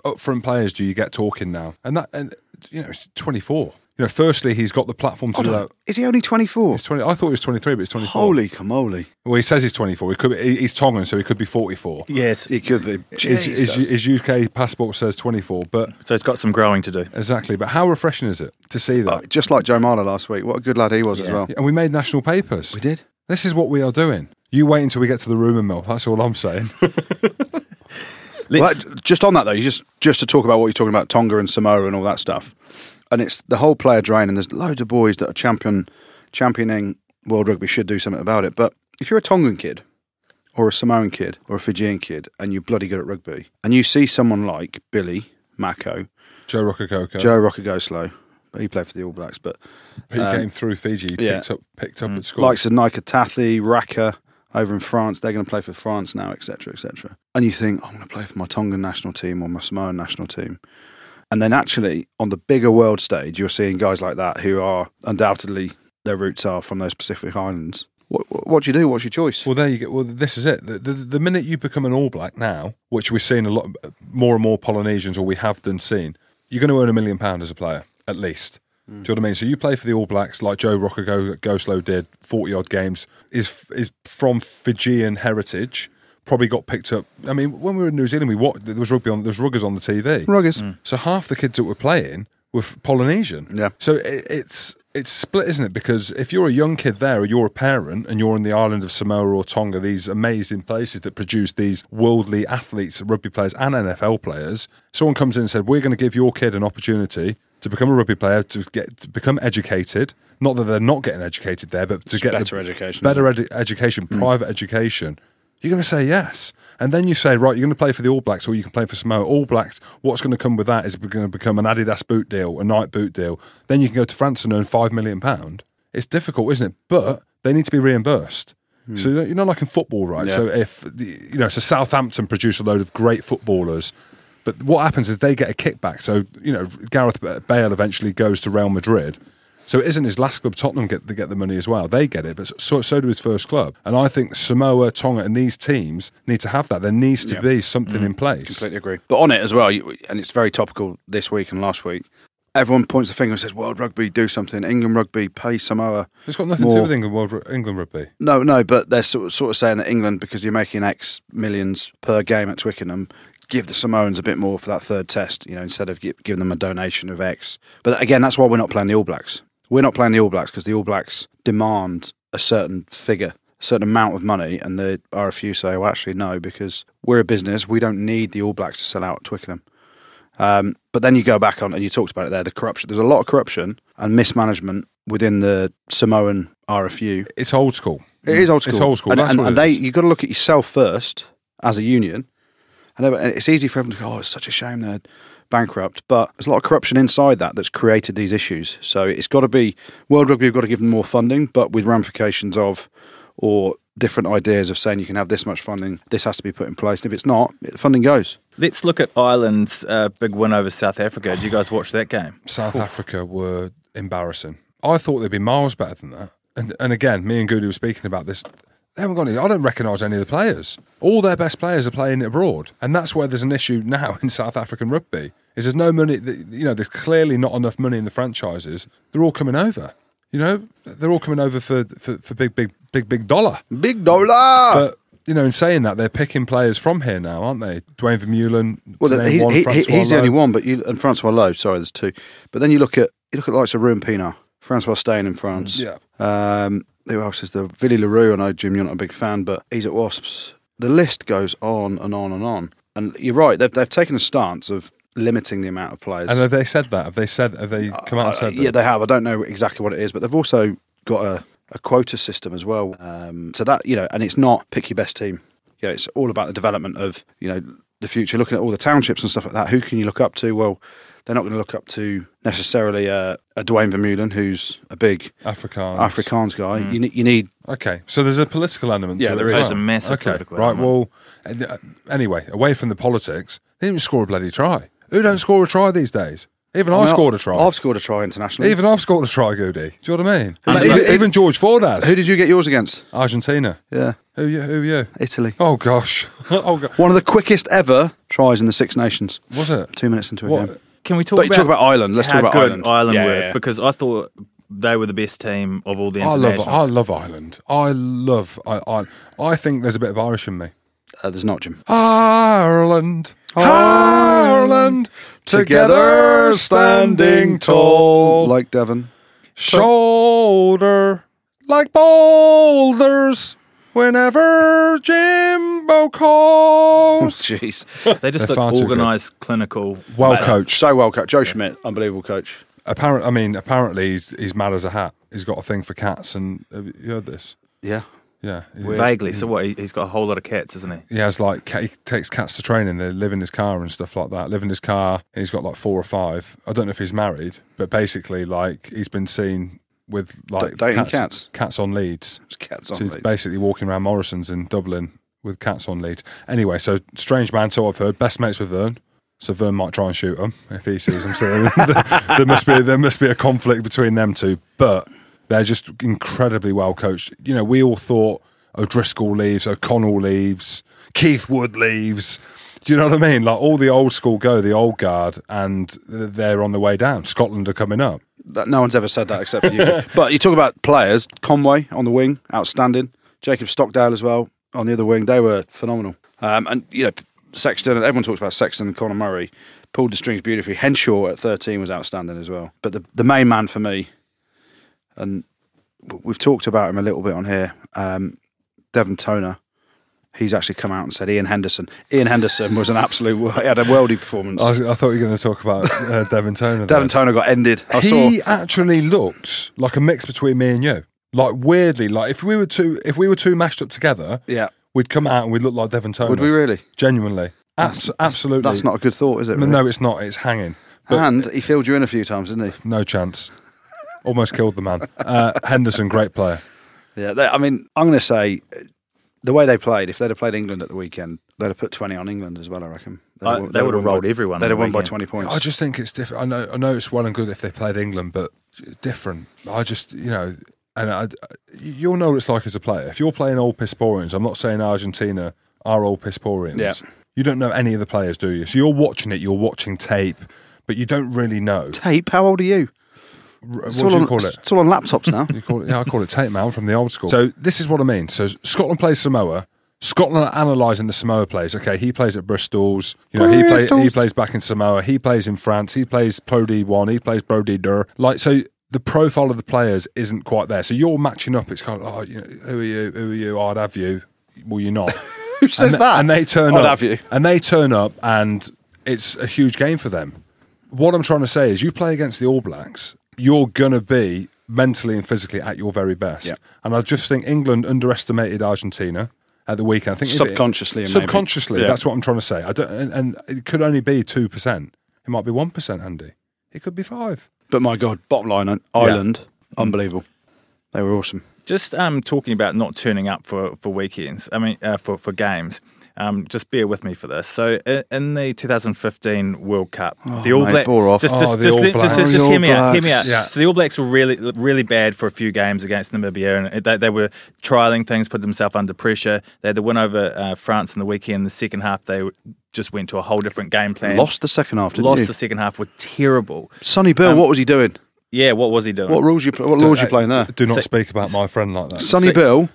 upfront players do you get talking now? And that and you know, it's twenty four. You know, firstly, he's got the platform to Hold do on. that. Is he only 24? He's 20, I thought he was 23, but he's 24. Holy camole. Well, he says he's 24. He could be, he- he's Tongan, so he could be 44. Yes. He could be. His, Jesus. his, his UK passport says 24, but So it's got some growing to do. exactly. But how refreshing is it to see that? Just like Joe Marler last week. What a good lad he was as Yeah. well. And we made national papers. We did. This is what we are doing. You wait until we get to the rumour mill. That's all I'm saying. Let's, Well, that- just on that though, you just just to talk about what you're talking about, Tonga and Samoa and all that stuff, and it's the whole player drain, and there's loads of boys that are champion championing world rugby should do something about it. But if you're a Tongan kid, or a Samoan kid, or a Fijian kid, and you're bloody good at rugby, and you see someone like Billy Mako, Joe Rocococo. Joe Rocker Go Slow, but he played for the All Blacks, but he came through Fiji. He um, yeah. Mm. picked up, picked up at school. likes of Nika Tathi, Raka over in France, they're going to play for France now, etc., etc. And you think, I'm going to play for my Tongan national team or my Samoan national team. And then actually, on the bigger world stage, you're seeing guys like that who are undoubtedly their roots are from those Pacific Islands. What, what, what do you do? What's your choice? Well, there you go. Well, this is it. The, the, the minute you become an All Black now, which we're seeing a lot more and more Polynesians, or we have done seen, you're going to earn a million pound as a player at least. Do you know what I mean? So you play for the All Blacks, like Joe Rocker Go, Go Slow did, forty odd games. Is is from Fijian heritage. Probably got picked up. I mean, when we were in New Zealand, we what there was rugby on. There was ruggers on the TV. Ruggers. So half the kids that were playing were f- Polynesian. Mm. Yeah. So it, it's it's split, isn't it? Because if you're a young kid there, or you're a parent, and you're in the island of Samoa or Tonga, these amazing places that produce these worldly athletes, rugby players, and NFL players, someone comes in and said, "We're going to give your kid an opportunity to become a rugby player, to get to become educated." Not that they're not getting educated there, but to get the better education. better edu- education, private education. You're going to say yes. And then you say, right, you're going to play for the All Blacks or you can play for Samoa. All Blacks, what's going to come with that is we're going to become an Adidas boot deal, a Nike boot deal. Then you can go to France and earn £5 million. pound. It's difficult, isn't it? But they need to be reimbursed. So you know, you know, like in football, right? So if, the- you know, so Southampton produce a load of great footballers. But what happens is they get a kickback. So, you know, Gareth Bale eventually goes to Real Madrid. So it isn't his last club. Tottenham get they get the money as well. They get it, but so, so do his first club. And I think Samoa, Tonga, and these teams need to have that. There needs to be something Mm. in place. Completely agree. But on it as well, you- and it's very topical this week and last week. Everyone points the finger and says, "World Rugby, do something. England Rugby, pay Samoa." It's got nothing to do More. with England, World, Ru- England rugby. No, no, but they're sort of, sort of saying that England, because you're making X millions per game at Twickenham, give the Samoans a bit more for that third test, you know, instead of gi- giving them a donation of X. But again, that's why we're not playing the All Blacks. We're not playing the All Blacks because the All Blacks demand a certain figure, a certain amount of money, and the RFU say, well, actually, no, because we're a business. We don't need the All Blacks to sell out at Twickenham. Um, but then you go back on, and you talked about it there the corruption. There's a lot of corruption and mismanagement within the Samoan RFU. It's old school. It is old school. It's old school. And, That's and- what and it they, is. you've got to look at yourself first as a union. And everyone- and it's easy for everyone to go, oh, it's such a shame they're bankrupt. But there's a lot of corruption inside that that's created these issues. So it's got to be, World Rugby have got to give them more funding, but with ramifications of, or different ideas of saying you can have this much funding, this has to be put in place. And if it's not, it- funding goes. let's look at Ireland's uh, big win over South Africa. Did you guys watch that game? South Africa were embarrassing. I thought they'd be miles better than that. And and again, me and Goody were speaking about this. They haven't got any. I don't recognise any of the players. All their best players are playing abroad, and that's where there's an issue now in South African rugby. Is there's no money. You know, there's clearly not enough money in the franchises. They're all coming over. You know, they're all coming over for for, for big big big big dollar. Big dollar! But you know, in saying that, they're picking players from here now, aren't they? Dwayne Vermeulen. well, to the, name he, one, he- he- Francois he's the only Lowe. one, but you, and Francois Lowe, sorry, there's two. But then you look at, you look at the likes of Ruben Pinar, Francois Stain in France. Yeah. Um, who else is there? Villy LaRue. I know, Jim, you're not a big fan, but he's at Wasps. The list goes on and on and on. And you're right, they've, they've taken a stance of limiting the amount of players. And have they said that? Have they said? Have they come out and Uh, said? that? yeah, they have. I don't know exactly what it is, but they've also got a, a quota system as well. Um, so that, you know, and it's not pick your best team. You know, it's all about the development of, you know, the future, looking at all the townships and stuff like that. Who can you look up to? Well, they're not going to look up to necessarily uh, a Dwayne Vermeulen, who's a big Afrikaans. Afrikaans guy. Mm. You, ne- you need Okay, so there's a political element. Yeah, to there it is. as There's well. a massive okay. political Right. element. Well, and, uh, anyway, away from the politics, they didn't score a bloody try. Who don't score a try these days? Even I, mean, scored a try. I've scored a try internationally. even I've scored a try, Goody. Do you know what I mean? Who Like, did- even, even George Ford has. who did you get yours against? Argentina. Yeah, Who you? Who you? Italy. Oh gosh. oh god. One of the quickest ever tries in the Six Nations. Was it? Two minutes into a game. What? can we talk But you about, talk about Ireland. Let's talk how about good Ireland. Ireland Yeah, were? yeah. Because I thought they were the best team of all the I love internationals. I love Ireland. I love I I, I think there's a bit of Irish in me. Uh, there's not, Jim. Ireland, Ireland, together standing tall, Like Devon. shoulder like boulders. Whenever Jimbo calls, Jeez. they just They're look far too good. organised, clinical. well coached. So well coached. Joe Schmidt, unbelievable coach. Apparent, I mean, apparently he's he's mad as a hat. He's got a thing for cats, and have you heard this? Yeah. Yeah, he- Vaguely. So what? he- He's got a whole lot of cats, isn't he? he has like ca- he takes cats to training. They live in his car and stuff like that. Live in his car, and he's got like four or five. I don't know if he's married, but basically, like he's been seen with like dating cats, cats. cats on leads. Cats So on he's leads. basically walking around Morrison's in Dublin with cats on leads. Anyway, so strange man. So I've heard best mates with Vern. So Vern might try and shoot him if he sees him. So there, there must be there must be a conflict between them two. But they're just incredibly well coached. You know, we all thought O'Driscoll leaves, O'Connell leaves, Keith Wood leaves. Do you know what I mean? Like all the old school go, the old guard, and they're on the way down. Scotland are coming up. That, no one's ever said that except for you. but you talk about players. Conway on the wing, outstanding. Jacob Stockdale as well on the other wing. They were phenomenal. Um, and you know, Sexton. Everyone talks about Sexton and Connor Murray. Pulled the strings beautifully. Henshaw at thirteen was outstanding as well. But the the main man for me, and w- we've talked about him a little bit on here. Um, Devon Toner. He's actually come out and said Ian Henderson. Ian Henderson was an absolute. He had a worldy performance. I, was, I thought you were going to talk about uh, Devon Toner. there. Devon Toner got ended. I saw. he actually looks like a mix between me and you. Like weirdly, like if we were two, if we were two mashed up together, Yeah. we'd come out and we'd look like Devon Toner. Would we really? Genuinely, Abs- absolutely. That's not a good thought, is it? No, really? no, it's not. It's hanging. But and he filled you in a few times, didn't no chance. Almost killed the man. Uh, Henderson, great player. he? Yeah. They, I mean, I'm going to say uh, the way they played, if they'd have played England at the weekend, they'd have put 20 on England as well, I reckon. They'd Uh, have won- they they'd have would have won rolled by- everyone They'd on have the won by weekend. 20 points. I just think it's different. I know, I know it's well and good if they played England, but it's different. I just, you know, and I, you'll know what it's like as a player. If you're playing old Pistorians, I'm not saying Argentina are old Pistorians. Yeah. You don't know any of the players, do you? So you're watching it, you're watching tape, but you don't really know. Tape, how old are you? R- It's what all do you on- call it? It's all on laptops now. You call it, yeah, I call it tape man from the old school. So this is what I mean. So Scotland plays Samoa. Scotland are analysing the Samoa plays. Okay, he plays at Bristol's. You know, he plays he Bristol's. plays back in Samoa. He plays in France. He plays Pro D one. He plays Pro D Dur. Like so, the profile of the players isn't quite there. So you're matching up. It's kind of oh, you know, who are you? Who are you? I'd have you. Well, you're not. Who says and, that? And they turn I'd up. have you. And they turn up, and it's a huge game for them. What I'm trying to say is, you play against the All Blacks, you're gonna be mentally and physically at your very best. Yeah. And I just think England underestimated Argentina at the weekend. I think if it- Subconsciously, maybe. subconsciously, Yeah. that's what I'm trying to say. I don't, and, and it could only be two percent. It might be one percent, Andy. It could be five. But my God, bottom line, uh, Ireland, unbelievable. They were awesome. Just um, talking about not turning up for, for weekends, I mean, uh, for, for games, um, just bear with me for this. So, in, in the 2015 World Cup, the All mate, Black- bore off. Just, Oh, just, the just, All just, just, Blacks. just The hear All me out. Hear me out. Blacks. Yeah. So, the All Blacks were really, really bad for a few games against Namibia, and they, they were trialing things, put themselves under pressure. They had the win over uh, France in the weekend. In the second half, they just went to a whole different game plan. Lost the second half, didn't Lost you? the Um, second half, were terrible. Sonny Bill, what was he doing? Yeah, what was he doing? What rules you? Pl- what laws you Uh, playing there? Do not speak about my friend like that, Sonny so- Bill,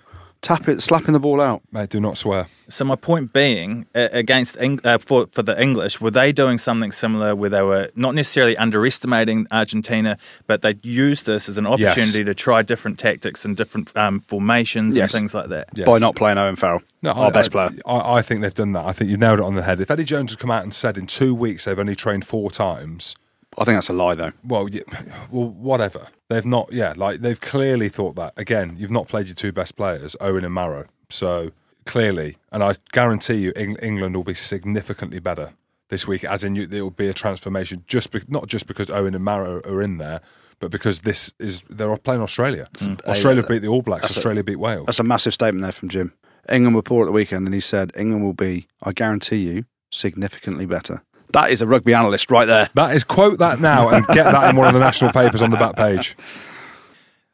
tap it, slapping the ball out. mate. Do not swear. So my point being, uh, against Eng- uh, for for the English, were they doing something similar where they were not necessarily underestimating Argentina, but they used this as an opportunity to try different tactics and different um, formations Yes. and things like that? Yes. By not playing Owen Farrell, our I- best I- player. I, I think they've done that. I think you've nailed it on the head. If Eddie Jones had come out and said in two weeks they've only trained four times, I think that's a lie, though. well, yeah, well, whatever. They've not. Yeah, like they've clearly thought that. Again, you've not played your two best players, Owen and Marrow. So clearly, and I guarantee you, Eng- England will be significantly better this week. As in, you, there will be a transformation. Just be, not just because Owen and Marrow are in there. But because this is, they're playing Australia. Australia beat the All Blacks. Australia beat Wales. Mm. That's a massive statement there from Jim. England were poor at the weekend, and he said England will be, I guarantee you, significantly better. That is a rugby analyst right there. That is quote that now and get that in one of the national papers on the back page.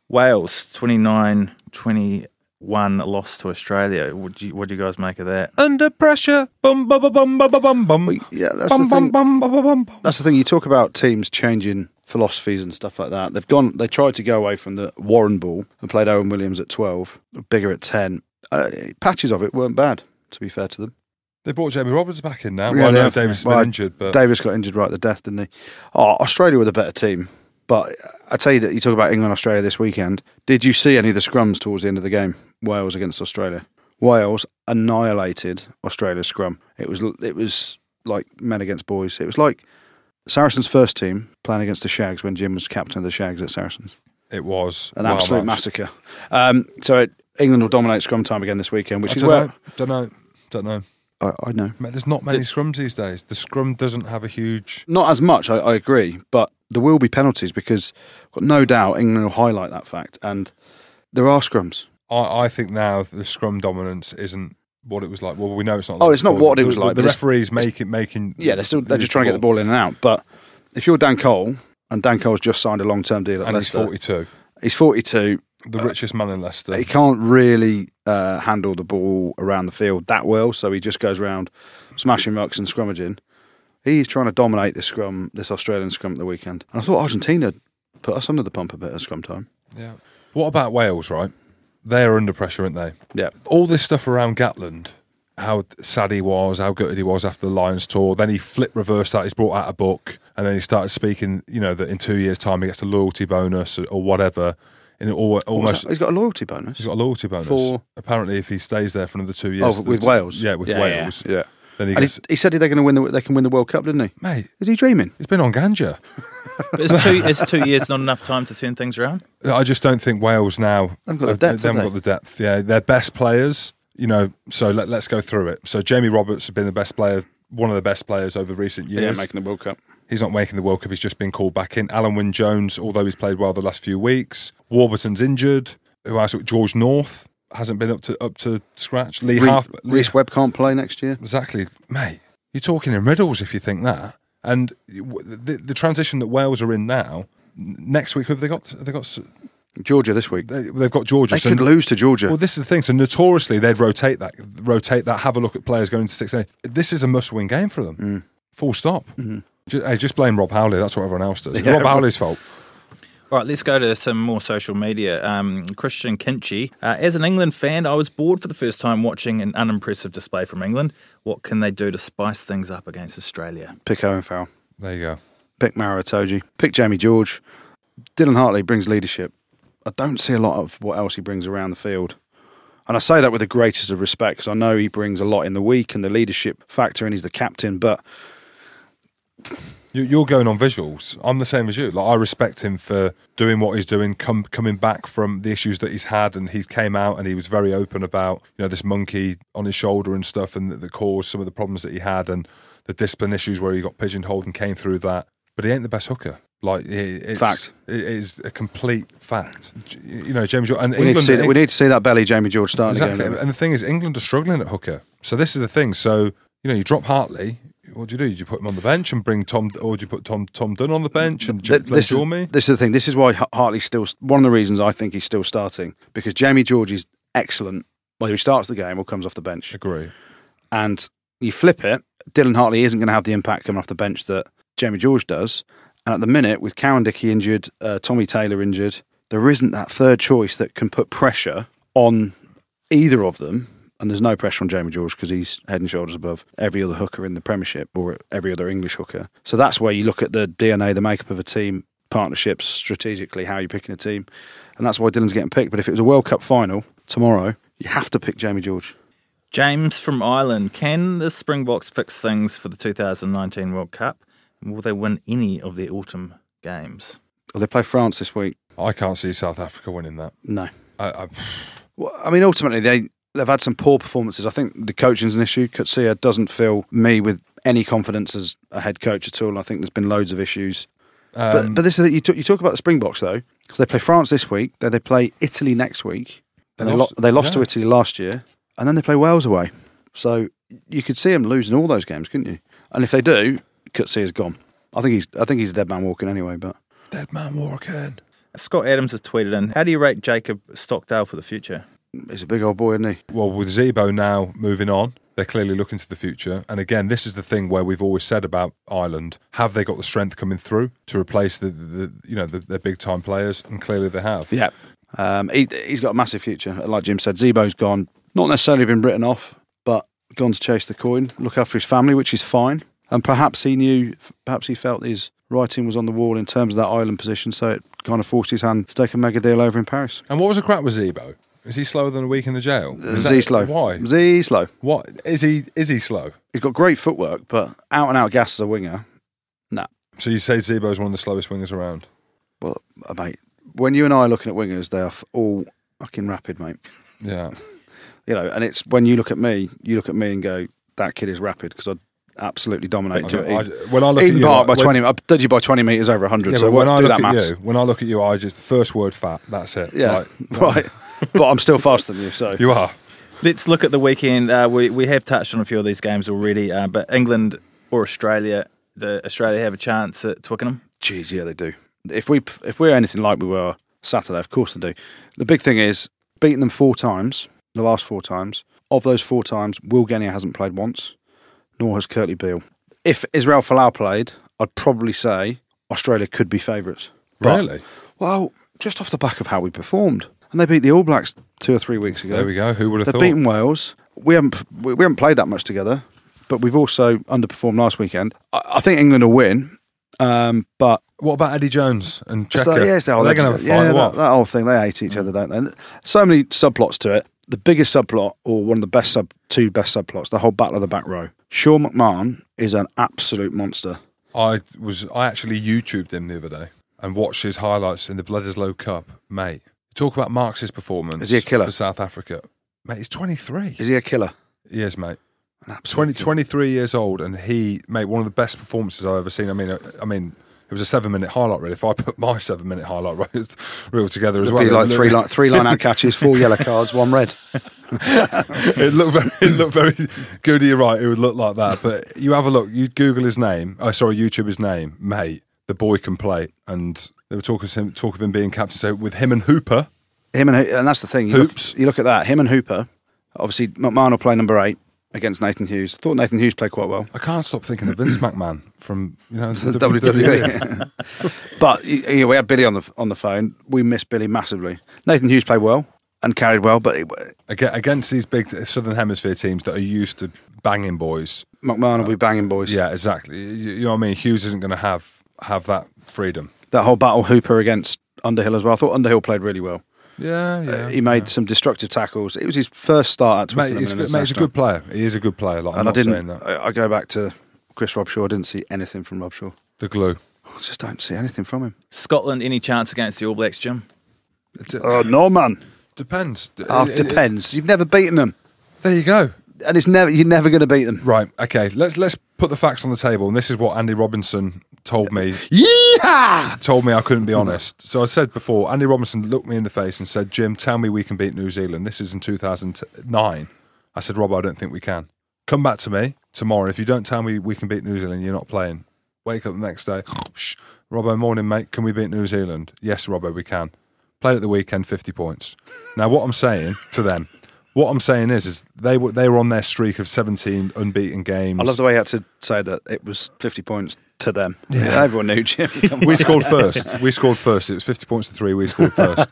Wales 29-21 one loss to Australia. What do you, what do you guys make of that? Under pressure. Bum, bum, bum, bum, bum, bum, bum. Bum, Yeah, that's the bum, thing. bum, bum, bum, bum, bum. That's the thing. You talk about teams changing philosophies and stuff like that. They've gone. They tried to go away from the Warren Ball and played Owen Williams at twelve, bigger at ten. Uh, patches of it weren't bad. To be fair to them, They brought Jamie Roberts back in now. Yeah, well, I they know have. Davis has Well, been injured, but Davis got injured right at the death, didn't he? Oh, Australia were the better team. But I tell you that you talk about England Australia this weekend. Did you see any of the scrums towards the end of the game? Wales against Australia. Wales annihilated Australia's scrum. It was it was like men against boys. It was like Saracens' first team playing against the Shags when Jim was captain of the Shags at Saracens. it was An wow, absolute that's- massacre. Um, so it, England will dominate scrum time again this weekend, which I is don't where know. Don't know. Don't know. I, I know. Mate, There's not many scrums these days. The scrum doesn't have a huge. Not as much, I, I agree, but there will be penalties because I've got no doubt England will highlight that fact. And there are scrums. I, I think now the scrum dominance isn't what it was like. Well, we know it's not. Oh, like it's not before. what it The- was the- like, The but it's- referees make it making. Yeah, they're still they're just trying to get the ball in and out. But if you're Dan Cole and Dan Cole's just signed a long term deal at And he's Leicester, 42, he's 42. the richest man in Leicester. He can't really uh, handle the ball around the field that well, so he just goes around smashing rucks and scrummaging. He's trying to dominate this scrum, this Australian scrum at the weekend. And I thought Argentina put us under the pump a bit at scrum time. Yeah. What about Wales? Right, they are under pressure, aren't they? Yeah, all this stuff around Gatland, how sad he was, how gutted he was after the Lions tour. Then he flip reversed that. He's brought out a book, and then he started speaking. You know that in two years' time he gets a loyalty bonus or, or whatever. And it al- What's almost that? he's got a loyalty bonus. he's got a loyalty bonus. For- Apparently, if he stays there for another two years, Oh, with the- Wales. yeah, with Wales, yeah. yeah. then he And gets. he, he said they're going to win. The, they can win the World Cup, didn't he? Mate, Is he dreaming? he's been on ganja. But it's two it's two years not enough time to turn things around. I just don't think Wales now. They've got the depth, They haven't have got the depth. Yeah, their best players. You know, so let, let's go through it. So Jamie Roberts has been the best player, one of the best players over recent years. the World Cup. He's not making the World Cup. He's just been called back in. Alan Wynne Jones, although he's played well the last few weeks. Warburton's injured. Who else? George North hasn't been up to up to scratch. Lee Re- Half. Lee- Reece Webb can't play next year. exactly, mate. You're talking in riddles if you think that. And w- the, the transition that Wales are in now. n- Next week, have they got? Have they got? s- Georgia this week. They, They, they've got Georgia. so- could lose to Georgia. well, this is the thing. So notoriously, they'd rotate that, rotate that, have a look at players going into six. Eight. This is a must-win game for them. Mm. Full stop. Ju- hey, just blame Rob Howley. That's what everyone else does. It's Mm-hmm. Yeah, Rob everyone- Howley's fault. All right, let's go to some more social media. Um, Christian Kinchy. Uh, as an England fan, I was bored for the first time watching an unimpressive display from England. What can they do to spice things up against Australia? pick Owen Farrell. There you go. Pick Mara Toji. Pick Jamie George. Dylan Hartley brings leadership. I don't see a lot of what else he brings around the field. And I say that with the greatest of respect because I know he brings a lot in the week and the leadership factor, and he's the captain. But You, you're going on visuals. I'm the same as you. Like I respect him for doing what he's doing, come, coming back from the issues that he's had, and he came out and he was very open about you know this monkey on his shoulder and stuff, and that, that caused some of the problems that he had, and the discipline issues where he got pigeonholed and came through that. But he ain't the best hooker. Like it, it's, Fact. it is a complete fact. You know, James. And we need to see that. We need to see that belly Jamie George starting eh? Exactly. again. And the thing is, England are struggling at hooker. So this is the thing. So you know, you drop Hartley. What do you do? Do you put him on the bench and bring Tom, or do you put Tom Tom Dunn on the bench and Th- j- play this, is, Jormy? this is the thing. This is why H- Hartley's still one of the reasons I think he's still starting because Jamie George is excellent whether he starts the game or comes off the bench. Agree. And you flip it, Dylan Hartley isn't going to have the impact coming off the bench that Jamie George does. And at the minute, with Cowan Dickey injured, uh, Tommy Taylor injured, there isn't that third choice that can put pressure on either of them. And there's no pressure on Jamie George because he's head and shoulders above every other hooker in the Premiership or every other English hooker. So that's where you look at the DNA, the makeup of a team, partnerships, strategically, how you're picking a team. And that's why Dylan's getting picked. But if it was a World Cup final tomorrow, you have to pick Jamie George. James from Ireland. Can the Springboks fix things for the 2019 World Cup? And will they win any of their autumn games? Well, they play France this week. I can't see South Africa winning that. No. I, I, Well, I mean, ultimately they they've had some poor performances. I think the coaching's an issue. Kutsia doesn't fill me with any confidence as a head coach at all. I think there's been loads of issues. but, um, but this is you talk, you talk about the Springboks though, because they play France this week. Then they play Italy next week. And they, They lost- lo- they lost to yeah. Italy last year, and then they play Wales away. So you could see them losing all those games, couldn't you? And if they do, Kutsia's gone. I think he's I think he's a dead man walking anyway. But dead man walking. Scott Adams has tweeted in How do you rate Jacob Stockdale for the future? He's a big old boy, isn't he? Well, with Zebo now moving on, they're clearly looking to the future. And again, this is the thing where we've always said about Ireland: have they got the strength coming through to replace the, the, the you know the, their big time players? And clearly they have. Yeah. Um, he, he's got a massive future. Like Jim said, Zebo's gone. Not necessarily been written off, but gone to chase the coin, look after his family, which is fine. And perhaps he knew, perhaps he felt his writing was on the wall in terms of that island position, so it kind of forced his hand to take a mega deal over in Paris. And what was the crap with Zebo? Is he slower than a week in the jail? Is Z that- slow. Why? Z slow. What is he? Is he slow? He's got great footwork, but out and out gas as a winger. So you say Zebo's one of the slowest wingers around? Well, uh, mate, when you and I are looking at wingers, they are f- all fucking rapid, mate. Yeah. You know, and it's when you look at me, you look at me and go, that kid is rapid because I absolutely dominate. I- you at I- Eden. when I look at Eden you, Park I- by when- 20, I did you by 20 metres over 100, Yeah, so but when what- I do look that at maths. you, when I look at you, I just the first word fat. That's it. Yeah, Like, right. but I'm still faster than you, so. you are. Let's look at the weekend. Uh, we we have touched on a few of these games already, uh, but England or Australia, the Australia have a chance at Twickenham. Jeez, yeah, they do. If we if we're anything like we were Saturday, of course they do. The big thing is beating them four times, the last four times. Of those four times, Will Genia hasn't played once, nor has Curtly Beale. If Israel Folau played, I'd probably say Australia could be favourites. But- Really? Well, just off the back of how we performed, and they beat the All Blacks two or three weeks ago. There we go. Who would have They've thought? beaten Wales. We haven't we we haven't played that much together, but we've also underperformed last weekend. I, I think England will win, um, but What about Eddie Jones and it's Checker? like- yeah, it's the Are whole they going to have a yeah, fight that, or what? that whole thing. They hate each other, don't they? And So many subplots to it. The biggest subplot, or one of the best sub, two best subplots, the whole battle of the back row. Sean McMahon is an absolute monster. I was. I actually YouTubed him the other day and watched his highlights in the Bledisloe Cup, mate. Talk about Marx's performance. Is he a killer? for South Africa? Mate, he's 23. Is he a killer? He is, mate. An absolute 20, killer. 23 years old, and he made one of the best performances I've ever seen. I mean, I, I mean, it was a seven-minute highlight reel. If I put my seven-minute highlight reel- reel together as It'd well, be it like looked- three line, three line out catches, four yellow cards, one red. it looked very, it looked very good. You're right. It would look like that. But you have a look. You Google his name. Oh, sorry, YouTube his name, mate. The boy can play, and they were talking to him, talk of him being captain. So with him and Hooper, Him and and that's the thing. You look- Hoops. you look at that. Him and Hooper. Obviously, McMahon will play number eight against Nathan Hughes. I thought Nathan Hughes played quite well. I can't stop thinking of Vince McMahon from you know the WWE. WWE. but you you know, we had Billy on the on the phone. We missed Billy massively. Nathan Hughes played well and carried well, but it, Aga- against these big Southern Hemisphere teams that are used to banging boys. McMahon will be banging boys. Yeah, exactly. You, you know what I mean. Hughes isn't going to have have that freedom. That whole battle Hooper against Underhill as well. I thought Underhill played really well. Yeah, yeah. He made some destructive tackles. It was his first start at Mate, Twickenham. he's, in good- mate, he's a international. good player. He is a good player. Like, I'm And I not didn't. saying that. I, I go back to Chris Robshaw. I didn't see anything from Robshaw. The glue. I just don't see anything from him. Scotland, any chance against the All Blacks, Jim? Oh no, man. Depends. D- Oh, it- it- depends. You've never beaten them, There you go. and it's never you're never going to beat them. Right. Okay. Let's let's put the facts on the table, and this is what Andy Robinson told me. Yeehaw! Told me I couldn't be honest. So I said before, Andy Robinson looked me in the face and said, "Jim, tell me we can beat New Zealand." This is in 2009. I said, "Rob, I don't think we can." Come back to me tomorrow. If you don't tell me we can beat New Zealand, you're not playing. Wake up the next day. Shh, Robbo, morning, mate. Can we beat New Zealand? Yes, Robbo, we can. Played at the weekend, 50 points. Now, what I'm saying to them, what I'm saying is, is they were they were on their streak of 17 unbeaten games. I love the way he had to say that it was 50 points to them. Everyone knew Jim. Come we on. scored first. We scored first. It was 50 points to three. We scored first.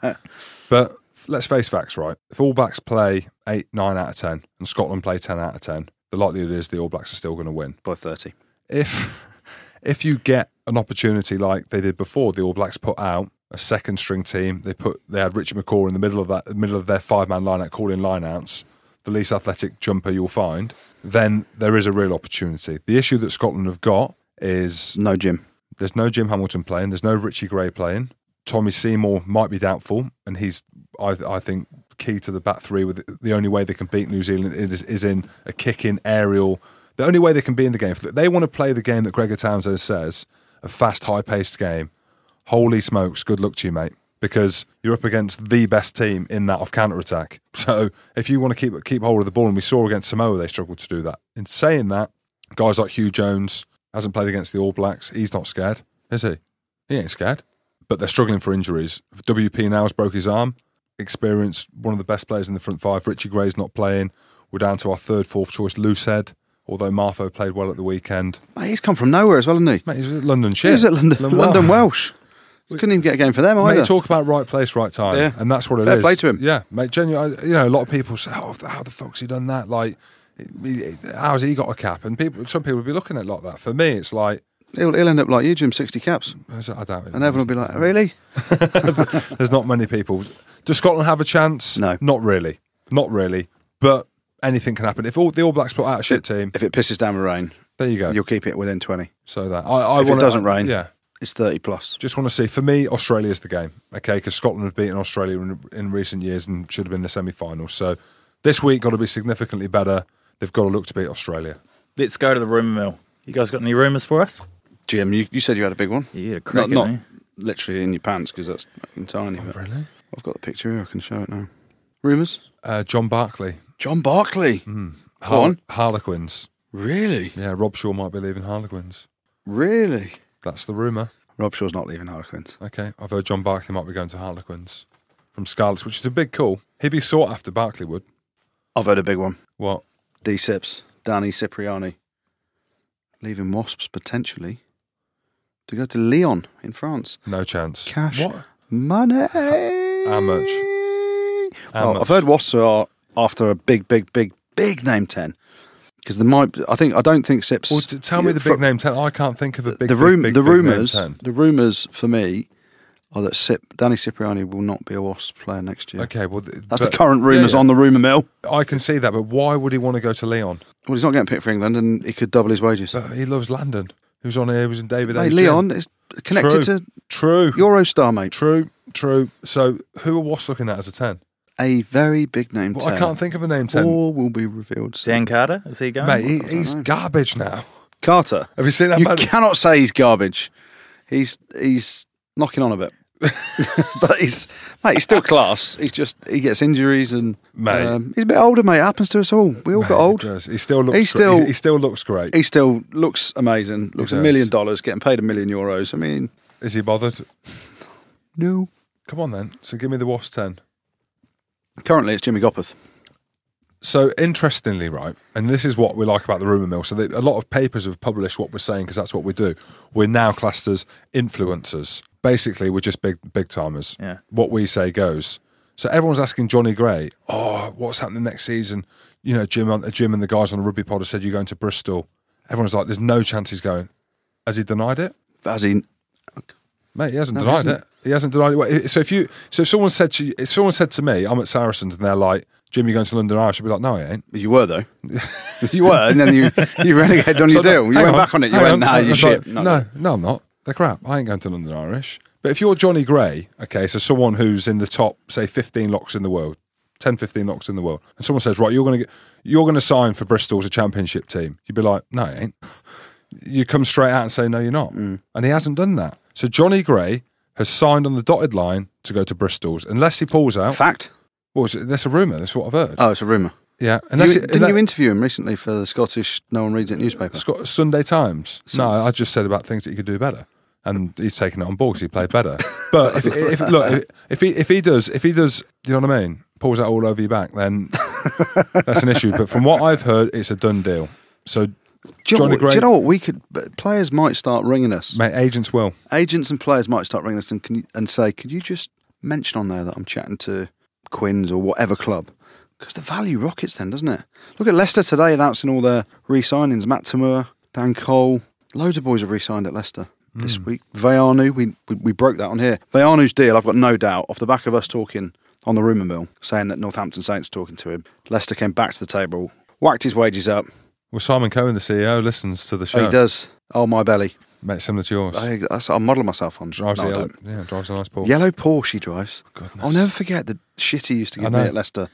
but let's face facts, right? If All Blacks play 8, 9 out of 10 and Scotland play 10 out of 10, the likelihood is the All Blacks are still going to win. by 30. If if you get an opportunity like they did before, the All Blacks put out a second string team. They put they had Richard McCaw in the middle of that the middle of their five man line out calling line outs, the least athletic jumper you'll find, then there is a real opportunity. The issue that Scotland have got is No Jim. there's no Jim Hamilton playing. There's no Richie Gray playing. Tommy Seymour might be doubtful, and he's, I, I think, key to the back three. With the only way they can beat New Zealand is, is in a kicking aerial. The only way they can be in the game. They want to play the game that Gregor Townsend says, a fast, high-paced game. Holy smokes! Good luck to you, mate, because you're up against the best team in that of counter attack. So if you want to keep keep hold of the ball, and we saw against Samoa they struggled to do that. In saying that, guys like Hugh Jones hasn't played against the All Blacks. He's not scared, is he? He ain't scared. But they're struggling for injuries. WP now's broke his arm. experienced one of the best players in the front five. Richie Gray's not playing. We're down to our third, fourth choice, Loosehead, although Marfo played well at the weekend. Mate, he's come from nowhere as well, hasn't he? Mate, he's at London He shit. was at London, London, Wow. Welsh. Couldn't even get a game for them either. Mate, talk about right place, right time, Yeah. and that's what it is. Fair play to him. Yeah, mate. Genuine. You know, a lot of people say, "Oh, how the fuck's he done that?" Like, he- he- how's he got a cap? And people, some people would be looking at it like that. For me, it's like, he'll, he'll end up like you, Jim, 60 caps. I s- I doubt it. And everyone will be like, really? There's not many people. Does Scotland have a chance? No. not really, not really. But anything can happen. If all the All Blacks put out a shit team, If it pisses down with rain, there you go. you'll keep it within 20. So that I, I If it want doesn't rain. yeah. It's 30 plus. Just want to see. For me, Australia's the game, okay? Because Scotland have beaten Australia in, in recent years and should have been the semi final. So this week got to be significantly better. They've got to look to beat Australia. Let's go to the rumour mill. You guys got any rumours for us? Jim, you, you said you had a big one. Yeah, eh? you had a crack Not, not at me. literally in your pants because that's fucking tiny. but Really? I've got the picture here. I can show it now. Rumours? Uh, John Barkley. John Barkley. Mm. Har- on. Harlequins. Really? Yeah, Rob Shaw might be leaving Harlequins. Really? That's the rumour. Rob Shaw's not leaving Harlequins. Okay, I've heard John Barkley might be going to Harlequins from Scarlets, which is a big call. He'd be sought after, Barkley would. I've heard a big one. What? D Sips, Danny Cipriani. Leaving Wasps potentially to go to Lyon in France. No chance. Cash What? money. How much? How Well, much? I've heard Wasps are after a big, big, big, big name 10. Because there might, I think, I don't think Sips. Well, t- tell me the big Fro- name 10. I can't think of a the big big, room, big, the big name rumours, 10. the rumours for me are that Sip, Danny Cipriani will not be a Wasps player next year. Okay, well, th- That's but- the current rumours yeah, yeah. on the rumour mill. I can see that, but why would he want to go to Leon? Well, he's not getting picked for England, and he could double his wages. But he loves London. Who's on here? He was in David. Hey, A's Leon gym. is connected True. to True. Eurostar, mate. True. True. So who are Wasps looking at as a ten? A very big name. Well, 10. I can't think of a name ten. All will be revealed. soon. Dan Carter, is he going? Mate, he, he's garbage now. Carter, Have you seen that you man? cannot say he's garbage. He's he's knocking on a bit, but he's mate. He's still class. He's just he gets injuries and Mate. he's a bit older, mate. Happens to us all. We all Mate, got Um, old. He, does. He still looks. He's great. still- He, he still looks great. He still looks amazing. Looks a does. million dollars, getting paid a million euros. I mean, Is he bothered? no. Come on then. So give me the Wasps ten. Currently, it's Jimmy Gopeth. So interestingly, right, and this is what we like about the rumor mill. So that a lot of papers have published what we're saying because that's what we do. We're now classed as influencers. Basically, we're just big big timers. Yeah. What we say goes. So everyone's asking Johnny Gray, "Oh, what's happening next season?" You know, Jim, on, Jim, and the guys on the rugby pod have said you're going to Bristol. Everyone's like, "There's no chance he's going." Has he denied it? As he, Mate, he hasn't No, he denied hasn't. it. He hasn't denied it. Well, So if you, so if someone said to you, if someone said to me, "I'm at Saracens," and they're like, "Jim, you're going to London Irish," I'd be like, "No, I ain't." you were though. you were, and then you you renegade on your So, deal. no, You hang went back on it. You hang went, nah, I you was shit. like, No, no, I'm not. They're crap. I ain't going to London Irish. But if you're Johnny Gray, okay, so someone who's in the top, say, 15 locks in the world, 10, 15 locks in the world, and someone says, right, you're going to get, you're going to sign for Bristol as a championship team, you'd be like, no, I ain't. You come straight out and say, no, you're not. Mm. And he hasn't done that. So Johnny Gray has signed on the dotted line to go to Bristol's, unless he pulls out. Fact. well, it's- that's a rumour. That's what I've heard. Oh, it's a rumor. yeah, You, unless it- didn't unless- you interview him recently for the Scottish No One Reads It newspaper? Scott, Sunday Times. No, I just said about things that you could do better, and he's taken it on board 'cause he played better. But if, if look, if, if he if he does if he does, do you know what I mean? Pulls out all over your back, then that's an issue. But from what I've heard, it's a done deal. So do, you know what, Johnny do Gray, you know what we could? but Players might start ringing us. mate, agents will. Agents and players might start ringing us and can, and say, "Could you just mention on there that I'm chatting to Quinns or whatever club?" Because the value rockets, then, doesn't it? Look at Leicester today announcing all their re-signings: Matt Tamura, Dan Cole. Loads of boys have re-signed at Leicester this Hmm. week. Vayanu, we, we we broke that on here. Vayanu's deal, I've got no doubt, off the back of us talking on the rumour mill, saying that Northampton Saints are talking to him. Leicester came back to the table, whacked his wages up. Well, Simon Cohen, the CEO, listens to the Oh, show. he does. Oh, my belly. mate, similar to yours. I, that's, I model myself on. drives No, I the yellow, don't. yeah, drives a nice ball. Yellow Porsche she drives. Oh, Goodness. I'll never forget the shit he used to I give me know. at Leicester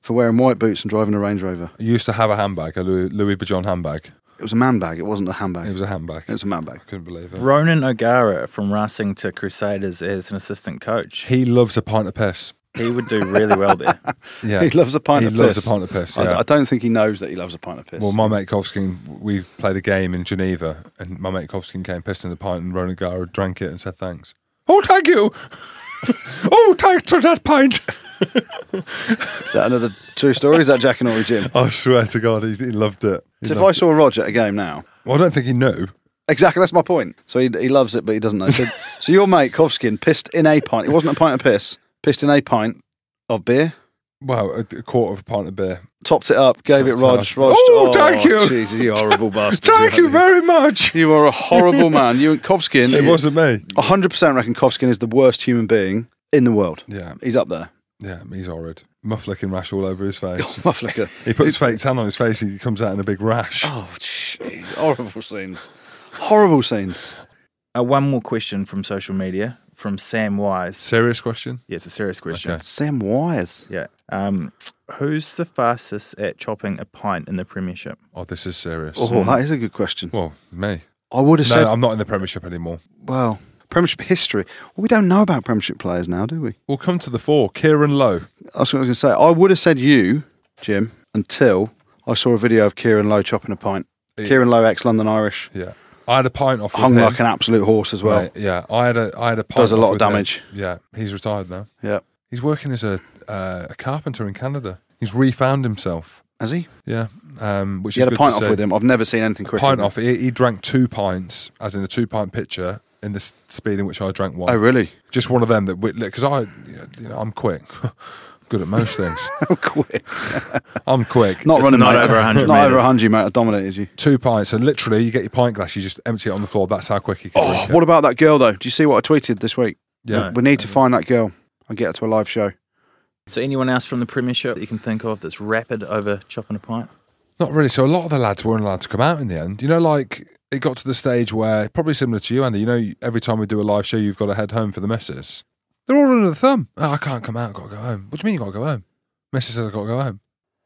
for wearing white boots and driving a Range Rover. I used to have a handbag, a Louis, Louis Bajon handbag. It was a man bag. It wasn't a handbag. It was a handbag. It was a man bag. I couldn't believe it. Ronan O'Gara from Racing to Crusaders as an assistant coach. He loves a pint of piss. He would do really well there. Yeah, He loves a pint He of loves piss. a pint of piss. I- Yeah. I, don't think he knows that he loves a pint of piss. Well, my mate Kovskin, we played a game in Geneva, and my mate Kovskin came pissed in the pint, and Ronan Gara drank it and said thanks. Oh, thank you. oh, take to that pint. Is that another true story? Is that Jack and Ori Jim? I swear to God, he, he loved it. He So if I loved saw Roger at a game now, it. Well, I don't think he knew. exactly that's my point. So he, he loves it, but he doesn't know. So, so your mate Kovskin pissed in a pint. It wasn't a pint of piss. Pissed in a pint of beer. Well, a, a quarter of a pint of beer. Topped it up, gave it Sounds Rog. harsh. Rog Oh, thank you. Jesus, you horrible bastard. Thank you very much. You are a horrible man. You and Kovskin. It wasn't me. 100% reckon Kovskin is the worst human being in the world. Yeah, He's up there. yeah, he's horrid. Muff licking rash all over his face. My flicker. He puts fake tan on his face. He comes out in a big rash. Oh, jeez. Horrible scenes. Horrible scenes. Uh, one more question from social media from Sam Wise. Serious question. Yeah, it's a serious question. Okay. Sam Wise. Yeah. Um, who's the fastest at chopping a pint in the Premiership? Oh, this is serious. Oh, that is a good question. Well, me. I would have No, said, I'm not in the Premiership anymore. well, Premiership history. Well, we don't know about Premiership players now, do we? We'll come to the four. Kieran Lowe. That's what I was going to say. I would have said you, Jim, until I saw a video of Kieran Lowe chopping a pint. Kieran Lowe, ex London Irish, Yeah, I had a pint off. with hung him. like an absolute horse as well. Right, yeah, I had a I had a pint Does a off lot of with him. damage. Yeah, he's retired now. Yeah. He's working as a uh, a carpenter in Canada. He's refound himself. Has he? Yeah, um, which He is had a good pint to off see. with him. I've never seen anything quicker. Pint than off. He, he drank two pints, as in a two pint pitcher, in the s- speed in which I drank that. one. Oh, really? Just one of them that because I, you know, I'm quick, good at most things. How quick. I'm quick. Not Just running not mate. over 100 Not over metres. 100, mate. I dominated you. Two pints, and literally, you get your pint glass, you just empty it on the floor. That's how quick you can. drink it. Oh, What about that girl, though? Do you see what I tweeted this week? Yeah. No. We need to find that girl and get her to a live show. So, anyone else from the Premiership that you can think of that's rapid over chopping a pint? Not really. So a lot of the lads weren't allowed to come out in the end. You know, like it got to the stage where probably similar to you, Andy. You know, you- every time we do a live show, you've got to head home for the missus. They're all under the thumb. Oh, I can't come out. I've got to go home. What do you mean you got to go home? Missus said I got to go home.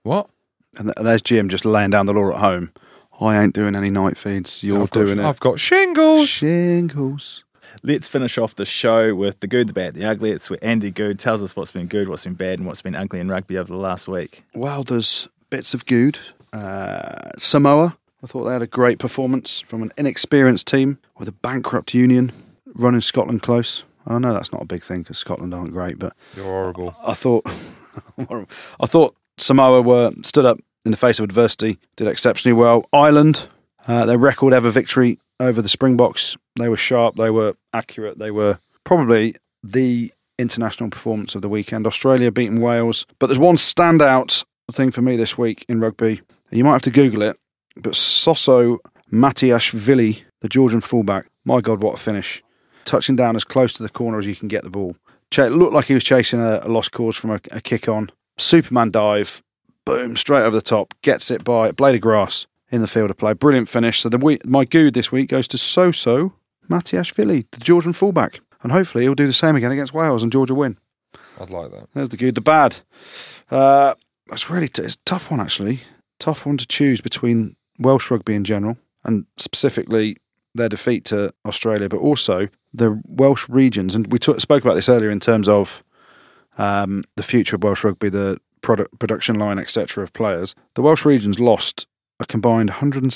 What? And, th- and there's Jim just laying down the law at home. I ain't doing any night feeds. You're I've got- doing I've got shingles. it. Shingles. Let's finish off the show with the good, the bad, the ugly. It's where Andy Good tells us what's been good, what's been bad, and what's been ugly in rugby over the last week. Well, there's bits of good. Uh, Samoa. I thought they had a great performance from an inexperienced team with a bankrupt union running Scotland close. I know that's not a big thing because Scotland aren't great, but You're horrible. I thought I thought Samoa were stood up in the face of adversity, did exceptionally well. Ireland, uh, their record ever victory over the Springboks. They were sharp, they were accurate, they were probably the international performance of the weekend. Australia beating Wales, but there's one standout thing for me this week in rugby. and You might have to Google it, but Soso Matiashvili, the Georgian fullback. My God, what a finish! Touching down as close to the corner as you can get the ball. Ch- it looked like he was chasing a, a lost cause from a, a kick on. Superman dive, boom, straight over the top, gets it by a blade of grass in the field of play. Brilliant finish. So the we- my good this week goes to Soso Matiashvili, the Georgian fullback. And hopefully he'll do the same again against Wales and Georgia win. I'd like that. There's the good, the bad. Uh, that's really t- it's a tough one, actually. Tough one to choose between Welsh rugby in general and specifically their defeat to Australia, but also the Welsh regions. And we took spoke about this earlier in terms of um, the future of Welsh rugby, the product, production line, etc., of players. The Welsh regions lost a combined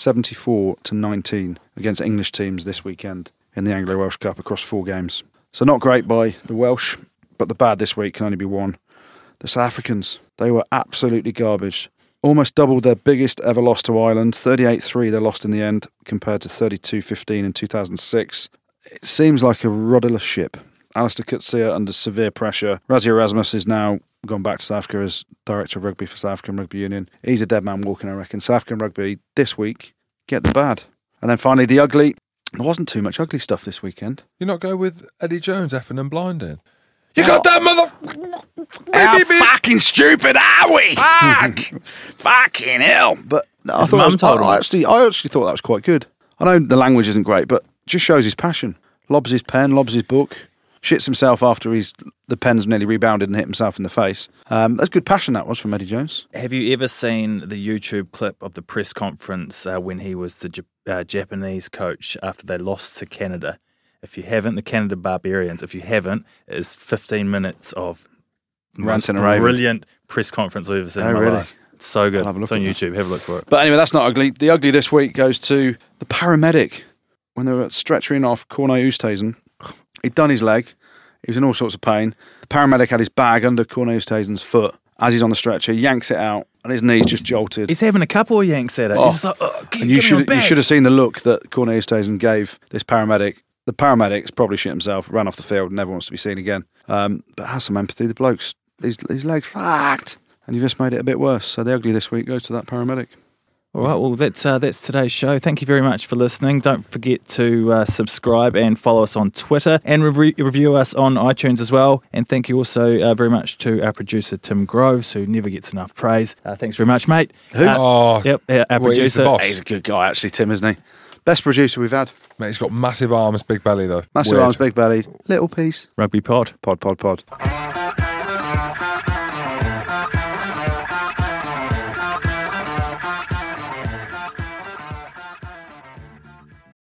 174 to 19 against English teams this weekend in the Anglo Welsh Cup across four games. So not great by the Welsh, but the bad this week can only be one. The South Africans, they were absolutely garbage. Almost double their biggest ever loss to Ireland, 38 3 they lost in the end, compared to 32 15 in 2006. It seems like a rudderless ship. Alistair Kutsia under severe pressure. Razzie Erasmus is now gone back to South Africa as director of rugby for South African Rugby Union. He's a dead man walking, I reckon. South African rugby this week, get the bad. And then finally, the ugly. There wasn't too much ugly stuff this weekend. You not go with Eddie Jones effing and blinding. You got that mother. How Baby, baby. fucking stupid are we? Fuck! fucking hell! But I His thought mum that was, told I, I him. actually, I actually thought that was quite good. I know the language isn't great, but just shows his passion. Lobs his pen, lobs his book, shits himself after he's the pen's nearly rebounded and hit himself in the face. Um, that's good passion that was from Eddie Jones. Have you ever seen the YouTube clip of the press conference uh, when he was the J- uh, Japanese coach after they lost to Canada? If you haven't, the Canada Barbarians. If you haven't, it is 15 minutes of the most Ranting and raving. brilliant press conference I've ever seen Oh, in my really? life. It's so good. I'll have a look It's on at that. YouTube. Have a look for it. But anyway, that's not ugly. The ugly this week goes to the paramedic when they were stretchering off Corne Oosthuizen. He'd done his leg. He was in all sorts of pain. The paramedic had his bag under Cornelius Tazen's foot as he's on the stretcher, yanks it out, and his knee's just jolted. He's having a couple of yanks at it. Oh. He's just like, oh, and you should you should have. have seen the look that Cornelius Tazen gave this paramedic. The paramedic's probably shit himself, ran off the field, never wants to be seen again. Um, but has some empathy. The bloke's his, his legs fucked, and you've just made it a bit worse. So the ugly this week goes to that paramedic. All right, well, that's, uh, that's today's show. Thank you very much for listening. Don't forget to uh, subscribe and follow us on Twitter and re- review us on iTunes as well. And thank you also uh, very much to our producer, Tim Groves, who never gets enough praise. Uh, thanks very much, mate. Uh, Who? Oh, yep, our, our well, he's producer. the boss. He's a good guy, actually, Tim, isn't he? Best producer we've had. Mate, he's got massive arms, big belly though. Massive Weird. arms, big belly, little piece. Rugby Pod. Pod, pod, pod.